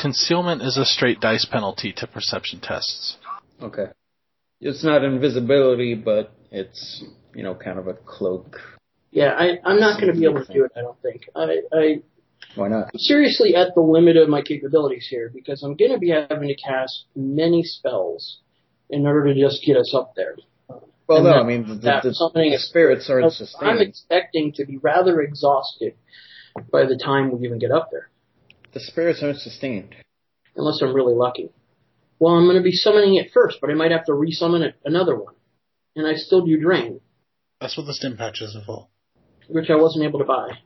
Speaker 1: Concealment is a straight dice penalty to perception tests.
Speaker 3: Okay. It's not invisibility, but it's, you know, kind of a cloak.
Speaker 4: Yeah, I, I'm not going to be able to do it. I don't think. I, I
Speaker 3: Why not?
Speaker 4: I'm seriously at the limit of my capabilities here because I'm going to be having to cast many spells in order to just get us up there.
Speaker 3: Well,
Speaker 4: And
Speaker 3: no,
Speaker 4: that-
Speaker 3: I mean, the,
Speaker 4: that
Speaker 3: the,
Speaker 4: something
Speaker 3: the
Speaker 4: is-
Speaker 3: spirits aren't
Speaker 4: I'm
Speaker 3: sustaining.
Speaker 4: expecting to be rather exhausted by the time we even get up there,
Speaker 3: The spirits aren't sustained.
Speaker 4: unless I'm really lucky. Well, I'm going to be summoning it first, but I might have to resummon it, another one, and I still do drain,
Speaker 2: That's what the stim patches are for.
Speaker 4: which I wasn't able to buy.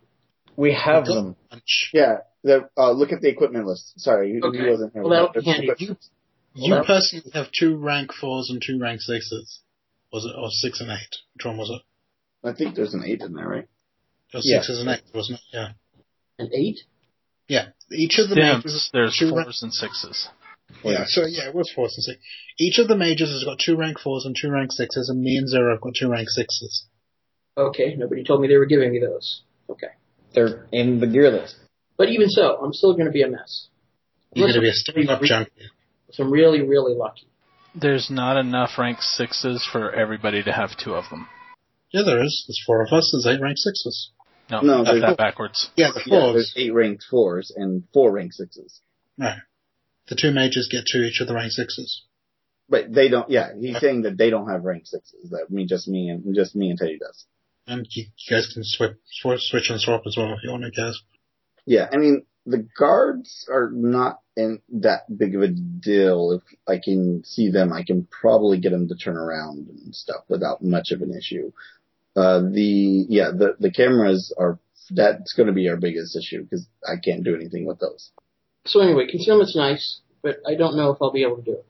Speaker 3: We have
Speaker 2: Okay.
Speaker 3: them.
Speaker 2: Punch.
Speaker 7: yeah, the, uh, look at the equipment list. Sorry, you,
Speaker 4: Okay.
Speaker 7: you wasn't here.
Speaker 4: Well, that'll
Speaker 7: There's
Speaker 4: be handy.
Speaker 7: equipment.
Speaker 2: You
Speaker 4: Well, that-
Speaker 2: personally have two rank fours and two rank sixes. Was it or six and eight? Which one was it?
Speaker 7: I think there's an eight in there, right?
Speaker 2: It was
Speaker 3: Yeah.
Speaker 2: sixes and eight, wasn't it? Yeah.
Speaker 4: An eight?
Speaker 2: Yeah, each of the
Speaker 1: Stimps,
Speaker 2: majors.
Speaker 1: there's
Speaker 2: two ra-
Speaker 1: fours and sixes.
Speaker 2: yeah, so yeah, it was fours and six. Each of the majors has got two rank fours and two rank sixes, and me and Zero have got two rank sixes.
Speaker 4: Okay, nobody told me they were giving me those. Okay.
Speaker 3: They're in the gear list.
Speaker 4: But even so, I'm still going to be a mess.
Speaker 2: You're
Speaker 4: Unless
Speaker 2: gonna be a
Speaker 4: I'm
Speaker 2: straight up
Speaker 4: really-
Speaker 2: junk.
Speaker 4: So I'm really, really lucky.
Speaker 1: There's not enough rank sixes for everybody to have two of them.
Speaker 2: Yeah, there is. There's four of us. There's eight rank sixes.
Speaker 1: No,
Speaker 7: No,
Speaker 1: got
Speaker 7: there's-
Speaker 1: that backwards.
Speaker 2: Yeah, the
Speaker 7: Yeah,
Speaker 2: fours.
Speaker 7: there's eight ranked fours and four ranked sixes.
Speaker 2: the two majors get two each of the rank sixes.
Speaker 7: But they don't. Yeah, he's saying that they don't have ranked sixes. That me, just me and just me and Teddy does.
Speaker 2: And you, you guys can swip, sw- switch and swap as well if you want to, guys.
Speaker 7: Yeah, I mean the guards are not in that big of a deal. If I can see them, I can probably get them to turn around and stuff without much of an issue. Uh, the yeah, the the cameras are that's going to be our biggest issue because I can't do anything with those.
Speaker 4: So anyway, concealment's nice, but I don't know if I'll be able to do it.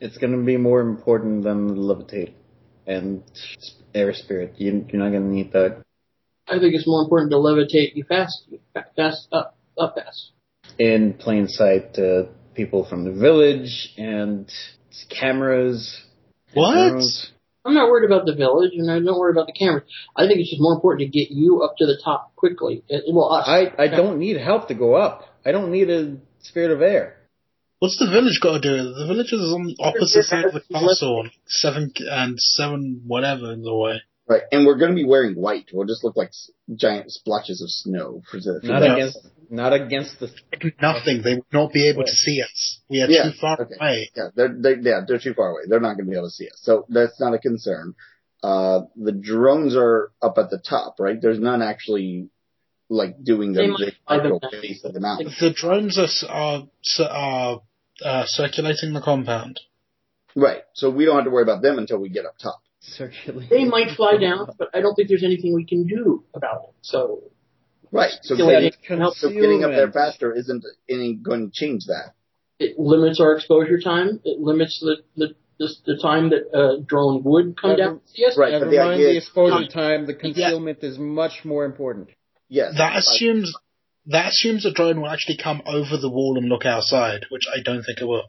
Speaker 3: It's going to be more important than the levitate and air spirit. You, you're not going to need that.
Speaker 4: I think it's more important to levitate you fast, you fa- fast up, up fast.
Speaker 3: In plain sight, uh, people from the village and cameras.
Speaker 2: What?
Speaker 3: drones.
Speaker 4: I'm not worried about the village, and I'm not worried about the cameras. I think it's just more important to get you up to the top quickly. It, well, us.
Speaker 3: I, I don't need help to go up. I don't need a spirit of air.
Speaker 2: What's the village got to do? with it? The village is on the opposite side of the castle, like seven and seven whatever in the way.
Speaker 7: Right, and we're going to be wearing white. We'll just look like s- giant splotches of snow for the.
Speaker 3: Not
Speaker 2: No.
Speaker 3: against not against the
Speaker 2: Like nothing. They would not be able to see us. We are
Speaker 7: Yeah,
Speaker 2: too far
Speaker 7: okay.
Speaker 2: away.
Speaker 7: Yeah, they're they, yeah they're too far away. They're not going to be able to see us, so that's not a concern. Uh, the drones are up at the top, right? There's none actually like doing
Speaker 4: They
Speaker 7: the
Speaker 4: might
Speaker 7: the
Speaker 4: fly them
Speaker 7: actual
Speaker 4: down.
Speaker 7: face of the mountain.
Speaker 2: The drones are s- are s- are uh, circulating the compound.
Speaker 7: Right, so we don't have to worry about them until we get up top.
Speaker 3: circulating.
Speaker 4: They might fly down, but I don't think there's anything we can do about it. So
Speaker 7: Right, so
Speaker 4: Yeah,
Speaker 7: getting,
Speaker 4: help
Speaker 7: so getting up there faster isn't any going to change that.
Speaker 4: it limits our exposure time. It limits the the the, the time that a drone would come
Speaker 3: Never-
Speaker 4: down. Yes,
Speaker 7: Right,
Speaker 3: Never
Speaker 7: but the
Speaker 3: mind
Speaker 7: idea
Speaker 3: the
Speaker 7: is-
Speaker 3: exposure time. The concealment is much more important.
Speaker 7: Yes,
Speaker 2: That
Speaker 7: like,
Speaker 2: assumes that assumes the drone will actually come over the wall and look outside, which I don't think it will.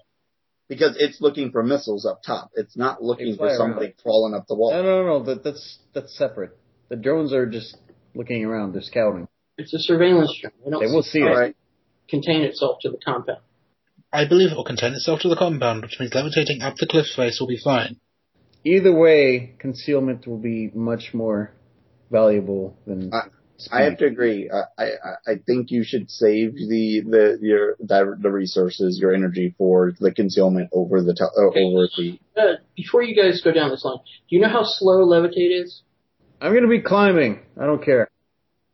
Speaker 7: because it's looking for missiles up top. It's not
Speaker 3: They
Speaker 7: looking for
Speaker 3: fly around.
Speaker 7: somebody crawling up the wall.
Speaker 3: No, no, no. That, that's that's separate. The drones are just looking around. They're scouting.
Speaker 4: it's a surveillance drone. They don't
Speaker 3: They will see
Speaker 7: All
Speaker 3: it.
Speaker 7: right,
Speaker 4: contain itself to the compound.
Speaker 2: I believe it will contain itself to the compound, which means levitating up the cliff face will be fine.
Speaker 3: Either way, concealment will be much more valuable than.
Speaker 7: I- I have to agree. Uh, I- I, I, I think you should save the the your the, the resources, your energy for the concealment over the top, uh, over the.
Speaker 4: Uh, before you guys go down this line, do you know how slow levitate is?
Speaker 3: I'm going to be climbing. I don't care.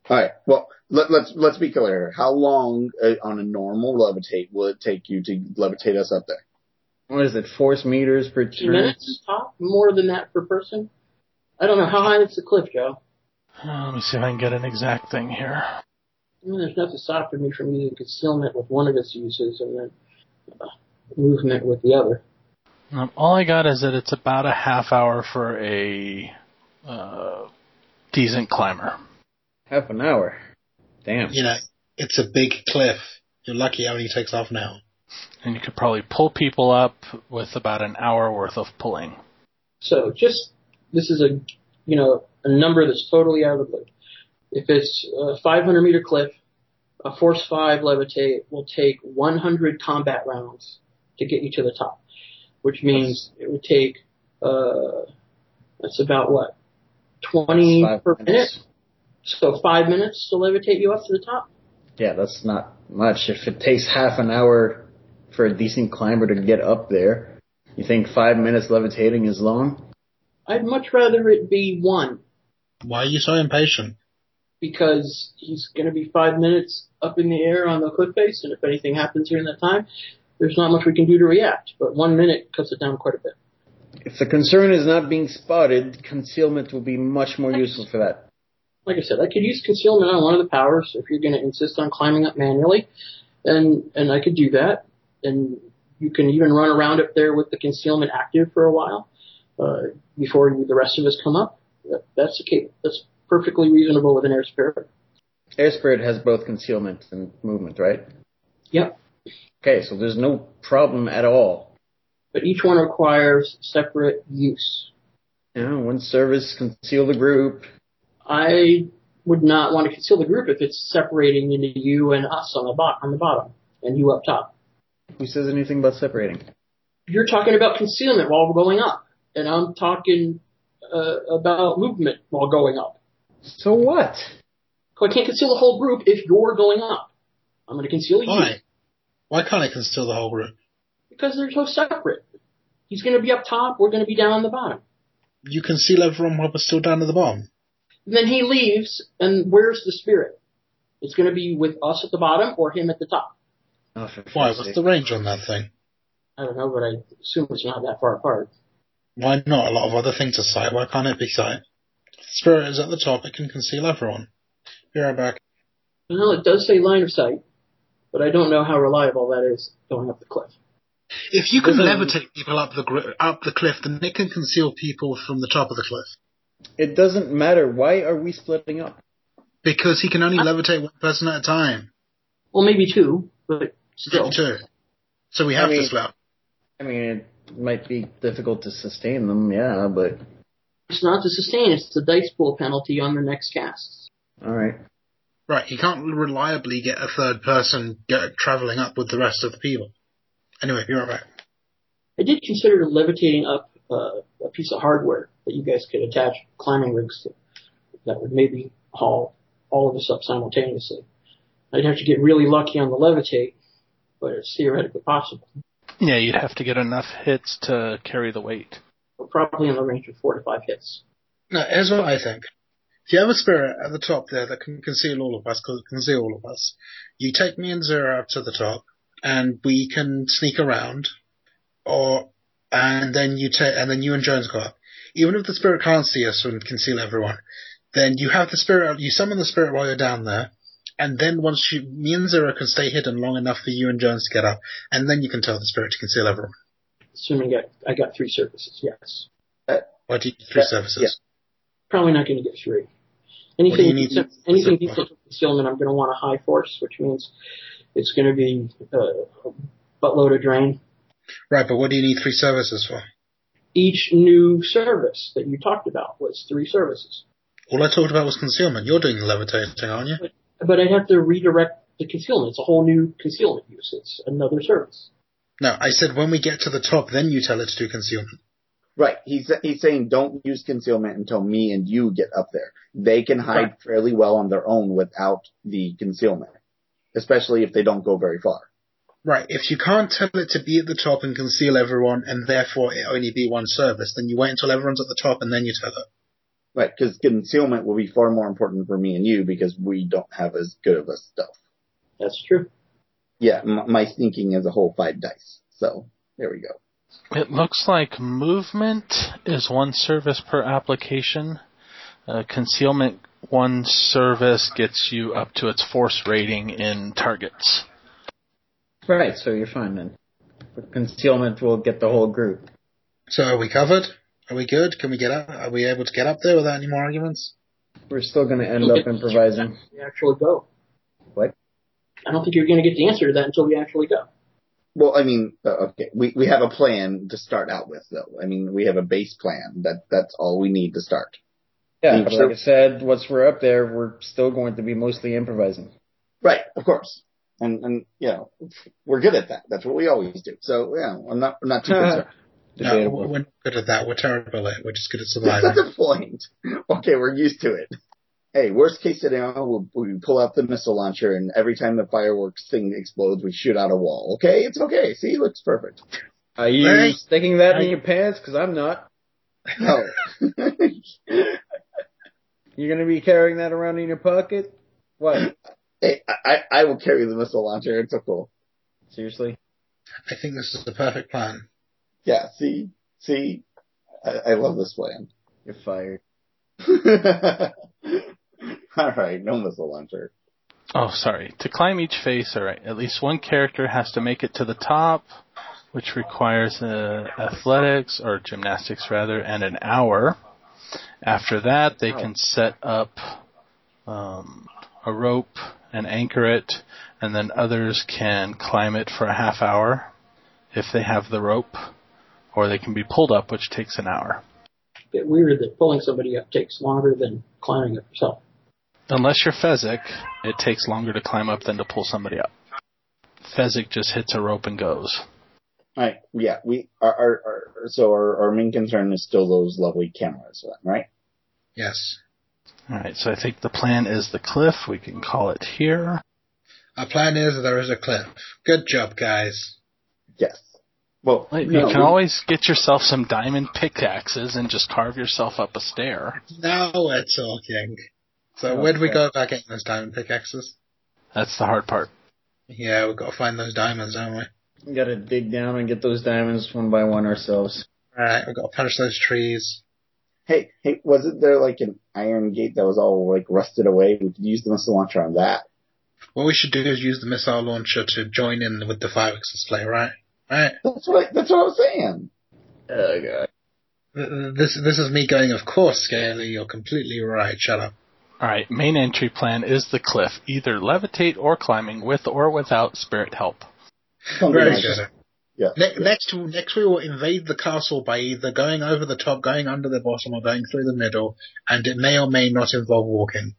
Speaker 7: All right. Well, let, let's let's be clear. here. How long uh, on a normal levitate will it take you to levitate us up there?
Speaker 3: What is it? Force meters per
Speaker 4: Two
Speaker 3: turn.
Speaker 4: minutes top, more than that per person. I don't know how high is the cliff, Joe.
Speaker 1: Uh, let me see if I can get an exact thing here.
Speaker 4: I mean, there's nothing stopping me from using concealment with one of its uses and then uh, movement with the other.
Speaker 1: Um, all I got is that it's about a half hour for a uh, decent climber.
Speaker 3: Half an hour. Damn.
Speaker 2: You know, it's a big cliff. You're lucky it only takes half an hour.
Speaker 1: And you could probably pull people up with about an hour worth of pulling.
Speaker 4: So just this is a you know a number that's totally out of the blue. If it's a 500 meter cliff, a force five levitate will take 100 combat rounds to get you to the top, which means it would take uh that's about what 20
Speaker 3: Five
Speaker 4: per minute.
Speaker 3: minutes.
Speaker 4: So five minutes to levitate you up to the top.
Speaker 3: Yeah, that's not much. If it takes half an hour for a decent climber to get up there, you think five minutes levitating is long?
Speaker 4: I'd much rather it be one
Speaker 2: Why are you so impatient?
Speaker 4: because he's going to be five minutes up in the air on the cliff face, and if anything happens during that time, there's not much we can do to react. But one minute cuts it down quite a bit.
Speaker 3: If the concern is not being spotted, concealment will be much more useful for that.
Speaker 4: Like I said, I could use concealment on one of the powers if you're going to insist on climbing up manually, and and I could do that. And you can even run around up there with the concealment active for a while uh, before you, the rest of us come up. That, that's okay. That's perfectly reasonable with an air spirit.
Speaker 3: Air Spirit has both concealment and movement, right?
Speaker 4: Yep.
Speaker 3: Okay, so there's no problem at all.
Speaker 4: But each one requires separate use.
Speaker 3: You know, one service, conceal the group.
Speaker 4: I would not want to conceal the group if it's separating into you and us on the bot on the bottom and you up top.
Speaker 3: Who says anything about separating?
Speaker 4: You're talking about concealment while going up, and I'm talking uh, about movement while going up.
Speaker 3: So what?
Speaker 4: So I can't conceal the whole group if you're going up. I'm going to conceal you
Speaker 2: Why? Why can't I conceal the whole group?
Speaker 4: because they're so separate. He's going to be up top. We're going to be down on the bottom.
Speaker 2: You conceal everyone while we're still down at the bottom.
Speaker 4: And then he leaves, and where's the spirit? It's going to be with us at the bottom or him at the top.
Speaker 3: Oh, for
Speaker 2: Why?
Speaker 3: fuck's
Speaker 2: What's
Speaker 3: sake.
Speaker 2: the range on that thing?
Speaker 4: I don't know, but I assume it's not that far apart.
Speaker 2: Why not? A lot of other things are sight. Why can't it be sight? Spirit is at the top. It can conceal everyone. Be right back.
Speaker 4: Well, it does say line of sight, but I don't know how reliable that is going up the cliff.
Speaker 2: If you can
Speaker 4: Doesn't-
Speaker 2: levitate people up the gr- up the cliff, then it can conceal people from the top of the cliff.
Speaker 3: It doesn't matter. Why are we splitting up?
Speaker 2: Because he can only levitate one person at a time.
Speaker 4: Well, maybe two, but still.
Speaker 2: Two. So we have
Speaker 3: I mean-
Speaker 2: to split up.
Speaker 3: I mean, it might be difficult to sustain them, yeah, but
Speaker 4: It's not to sustain. It's the dice pool penalty on the next cast.
Speaker 3: all right.
Speaker 2: Right, he can't reliably get a third person go traveling up with the rest of the people. Anyway, be right back.
Speaker 4: I did consider levitating up uh, a piece of hardware that you guys could attach climbing rigs to. That would maybe haul all of us up simultaneously. I'd have to get really lucky on the levitate, but it's theoretically possible.
Speaker 1: Yeah, you'd have to get enough hits to carry the weight.
Speaker 4: But probably in the range of four to five hits.
Speaker 2: No, here's what I think. If you have a spirit at the top there that can conceal all of us, because it can see all of us, you take me and Zero up to the top, and we can sneak around, or and then you take and then you and Jones go up. Even if the spirit can't see us and conceal everyone, then you have the spirit. You summon the spirit while you're down there, and then once you, me and Zero can stay hidden long enough for you and Jones to get up, and then you can tell the spirit to conceal everyone.
Speaker 4: Assuming I, I got three surfaces, yes.
Speaker 2: Why do you get three
Speaker 7: Yeah,
Speaker 2: services?
Speaker 7: yeah.
Speaker 4: Probably not going to get three.
Speaker 2: do you
Speaker 4: Anything
Speaker 2: need
Speaker 4: decent,
Speaker 2: to-
Speaker 4: anything decent for concealment, I'm going to want a high force, which means it's going to be uh, a buttload of drain.
Speaker 2: Right, but what do you need three services for?
Speaker 4: Each new service that you talked about was three services.
Speaker 2: All I talked about was concealment. You're doing the levitating, aren't you?
Speaker 4: But I'd have to redirect the concealment. It's a whole new concealment use. It's another service.
Speaker 2: No, I said when we get to the top, then you tell it to do concealment.
Speaker 7: Right. He's he's saying don't use concealment until me and you get up there. They can hide
Speaker 4: Right.
Speaker 7: fairly well on their own without the concealment, especially if they don't go very far.
Speaker 2: Right, if you can't tell it to be at the top and conceal everyone, and therefore it only be one service, then you wait until everyone's at the top and then you tell it.
Speaker 7: Right, because concealment will be far more important for me and you because we don't have as good of a stealth.
Speaker 4: That's true.
Speaker 7: Yeah, m- my sneaking is a whole five dice. So there we go.
Speaker 1: It looks like movement is one service per application. Uh, concealment, one service gets you up to its force rating in targets.
Speaker 3: Right, so you're fine then. But concealment will get the whole group.
Speaker 2: So are we covered? Are we good? Can we get up? Are we able to get up there without any more arguments?
Speaker 3: We're still going to end up improvising.
Speaker 4: We actually go.
Speaker 3: What?
Speaker 4: I don't think you're going to get the answer to that until we actually go.
Speaker 7: Well, I mean, uh, okay, we we have a plan to start out with, though. I mean, we have a base plan. That that's all we need to start.
Speaker 3: Yeah,
Speaker 7: Mm,
Speaker 3: but
Speaker 7: sure.
Speaker 3: like I said, once we're up there, we're still going to be
Speaker 2: [LAUGHS]
Speaker 3: mostly improvising.
Speaker 7: Right, of course. And and you know, we're good at that. That's what we always do. So you know, I'm not I'm not
Speaker 3: [LAUGHS]
Speaker 7: too concerned.
Speaker 2: No,
Speaker 3: Debatable.
Speaker 2: we're not good at that. We're terrible at it. We're just good at
Speaker 7: That's [LAUGHS]
Speaker 2: surviving.
Speaker 7: the point. Okay, we're used to it. Hey, worst case scenario, we'll, we pull out the missile launcher, and every time the fireworks thing explodes, we shoot out a wall. Okay, it's okay. See, looks perfect.
Speaker 3: Are you
Speaker 2: Hey.
Speaker 3: sticking that in
Speaker 2: Hey.
Speaker 3: your pants? Because I'm not.
Speaker 7: No,
Speaker 3: You're going to be carrying that around in your pocket? What?
Speaker 7: [LAUGHS] hey, I, I I will carry the missile launcher. It's so cool.
Speaker 3: Seriously?
Speaker 2: I think this is the perfect plan.
Speaker 7: Yeah, see, see, I, I love this plan. [LAUGHS]
Speaker 3: You're fired.
Speaker 7: All right, no missile launcher.
Speaker 1: Oh, sorry. To climb each face, alright, at least one character has to make it to the top, which requires uh, athletics, or gymnastics rather, and an hour. After that, they can set up um, a rope and anchor it, and then others can climb it for a half hour if they have the rope, or they can be pulled up, which takes an hour.
Speaker 4: A bit weird that pulling somebody up takes longer than climbing it yourself.
Speaker 1: Unless you're Fezzik, it takes longer to climb up than to pull somebody up. Fezzik just hits a rope and goes.
Speaker 7: Right. Yeah. We our, our, our so our, our main concern is still those lovely cameras, then, right?
Speaker 2: Yes.
Speaker 1: Alright, so I think the plan is the cliff. We can call it here.
Speaker 2: Our plan is there is a cliff. Good job, guys.
Speaker 7: Yes. Well,
Speaker 1: Wait,
Speaker 7: no,
Speaker 1: you can
Speaker 7: we-
Speaker 1: always get yourself some diamond pickaxes and just carve yourself up a stair.
Speaker 2: Now we're talking. So where do we go about getting those diamond pickaxes?
Speaker 1: That's the hard part.
Speaker 2: Yeah, we've got to find those diamonds, haven't we?
Speaker 3: We gotta dig down and get those diamonds one by one ourselves.
Speaker 2: Alright, we've got to punch those trees.
Speaker 7: hey, hey, wasn't there like an iron gate that was all like rusted away? We could use the missile launcher on that.
Speaker 2: What we should do is use the missile launcher to join in with the fireworks display, right? Right.
Speaker 7: That's what I, that's what I was saying.
Speaker 3: Oh god.
Speaker 2: Th- th- This this is me going. Of course, Scaly, you're completely right. Shut up.
Speaker 1: Alright, main entry plan is the cliff. Either levitate or climbing with or without spirit help.
Speaker 7: Something
Speaker 2: Very
Speaker 7: like
Speaker 2: good.
Speaker 7: that. Yeah.
Speaker 2: Ne- next, next we will invade the castle by either going over the top, going under the bottom, or going through the middle, and it may or may not involve walking.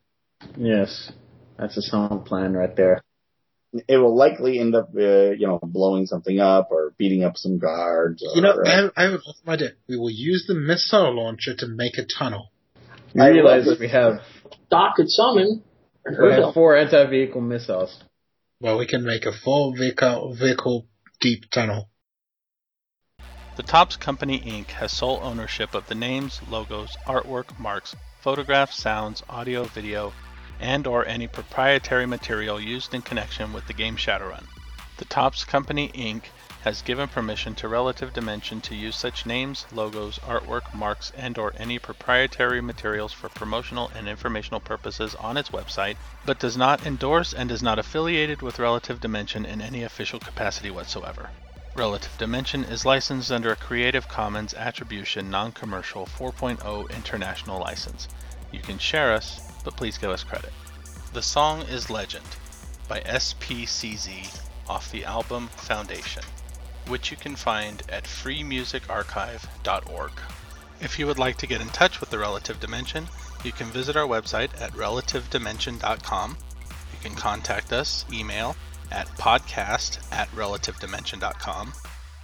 Speaker 3: Yes. That's a sound plan right there.
Speaker 7: It will likely end up, uh, you know, blowing something up or beating up some guards. Or, uh,
Speaker 2: You know, I have, I have an awesome idea. We will use the missile launcher to make a tunnel.
Speaker 3: You
Speaker 7: I
Speaker 3: realize
Speaker 7: love
Speaker 3: that we have
Speaker 4: Doc could summon an
Speaker 3: we have
Speaker 4: Urdel.
Speaker 3: four anti vehicle missiles.
Speaker 2: Well, we can make a four vehicle vehicle deep tunnel.
Speaker 1: The Tops Company Inc. has sole ownership of the names, logos, artwork, marks, photographs, sounds, audio, video, and or any proprietary material used in connection with the game Shadowrun. The Tops Company Inc. has given permission to Relative Dimension to use such names, logos, artwork, marks, and or any proprietary materials for promotional and informational purposes on its website, but does not endorse and is not affiliated with Relative Dimension in any official capacity whatsoever. Relative Dimension is licensed under a Creative Commons Attribution Non Commercial 4.0 International License. You can share us, but please give us credit. The song is Legend by SPCZ off the album Foundation, which you can find at freemusicarchive.org. If you would like to get in touch with the Relative Dimension, you can visit our website at relativedimension.com. You can contact us, email, at podcast at relativedimension.com.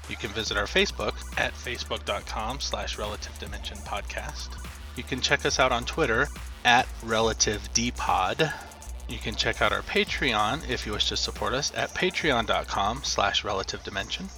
Speaker 1: You can visit our Facebook at facebook.com slash relative dimension podcast. You can check us out on Twitter at relative dpod. You can check out our Patreon if you wish to support us at patreon.com slash relative dimension.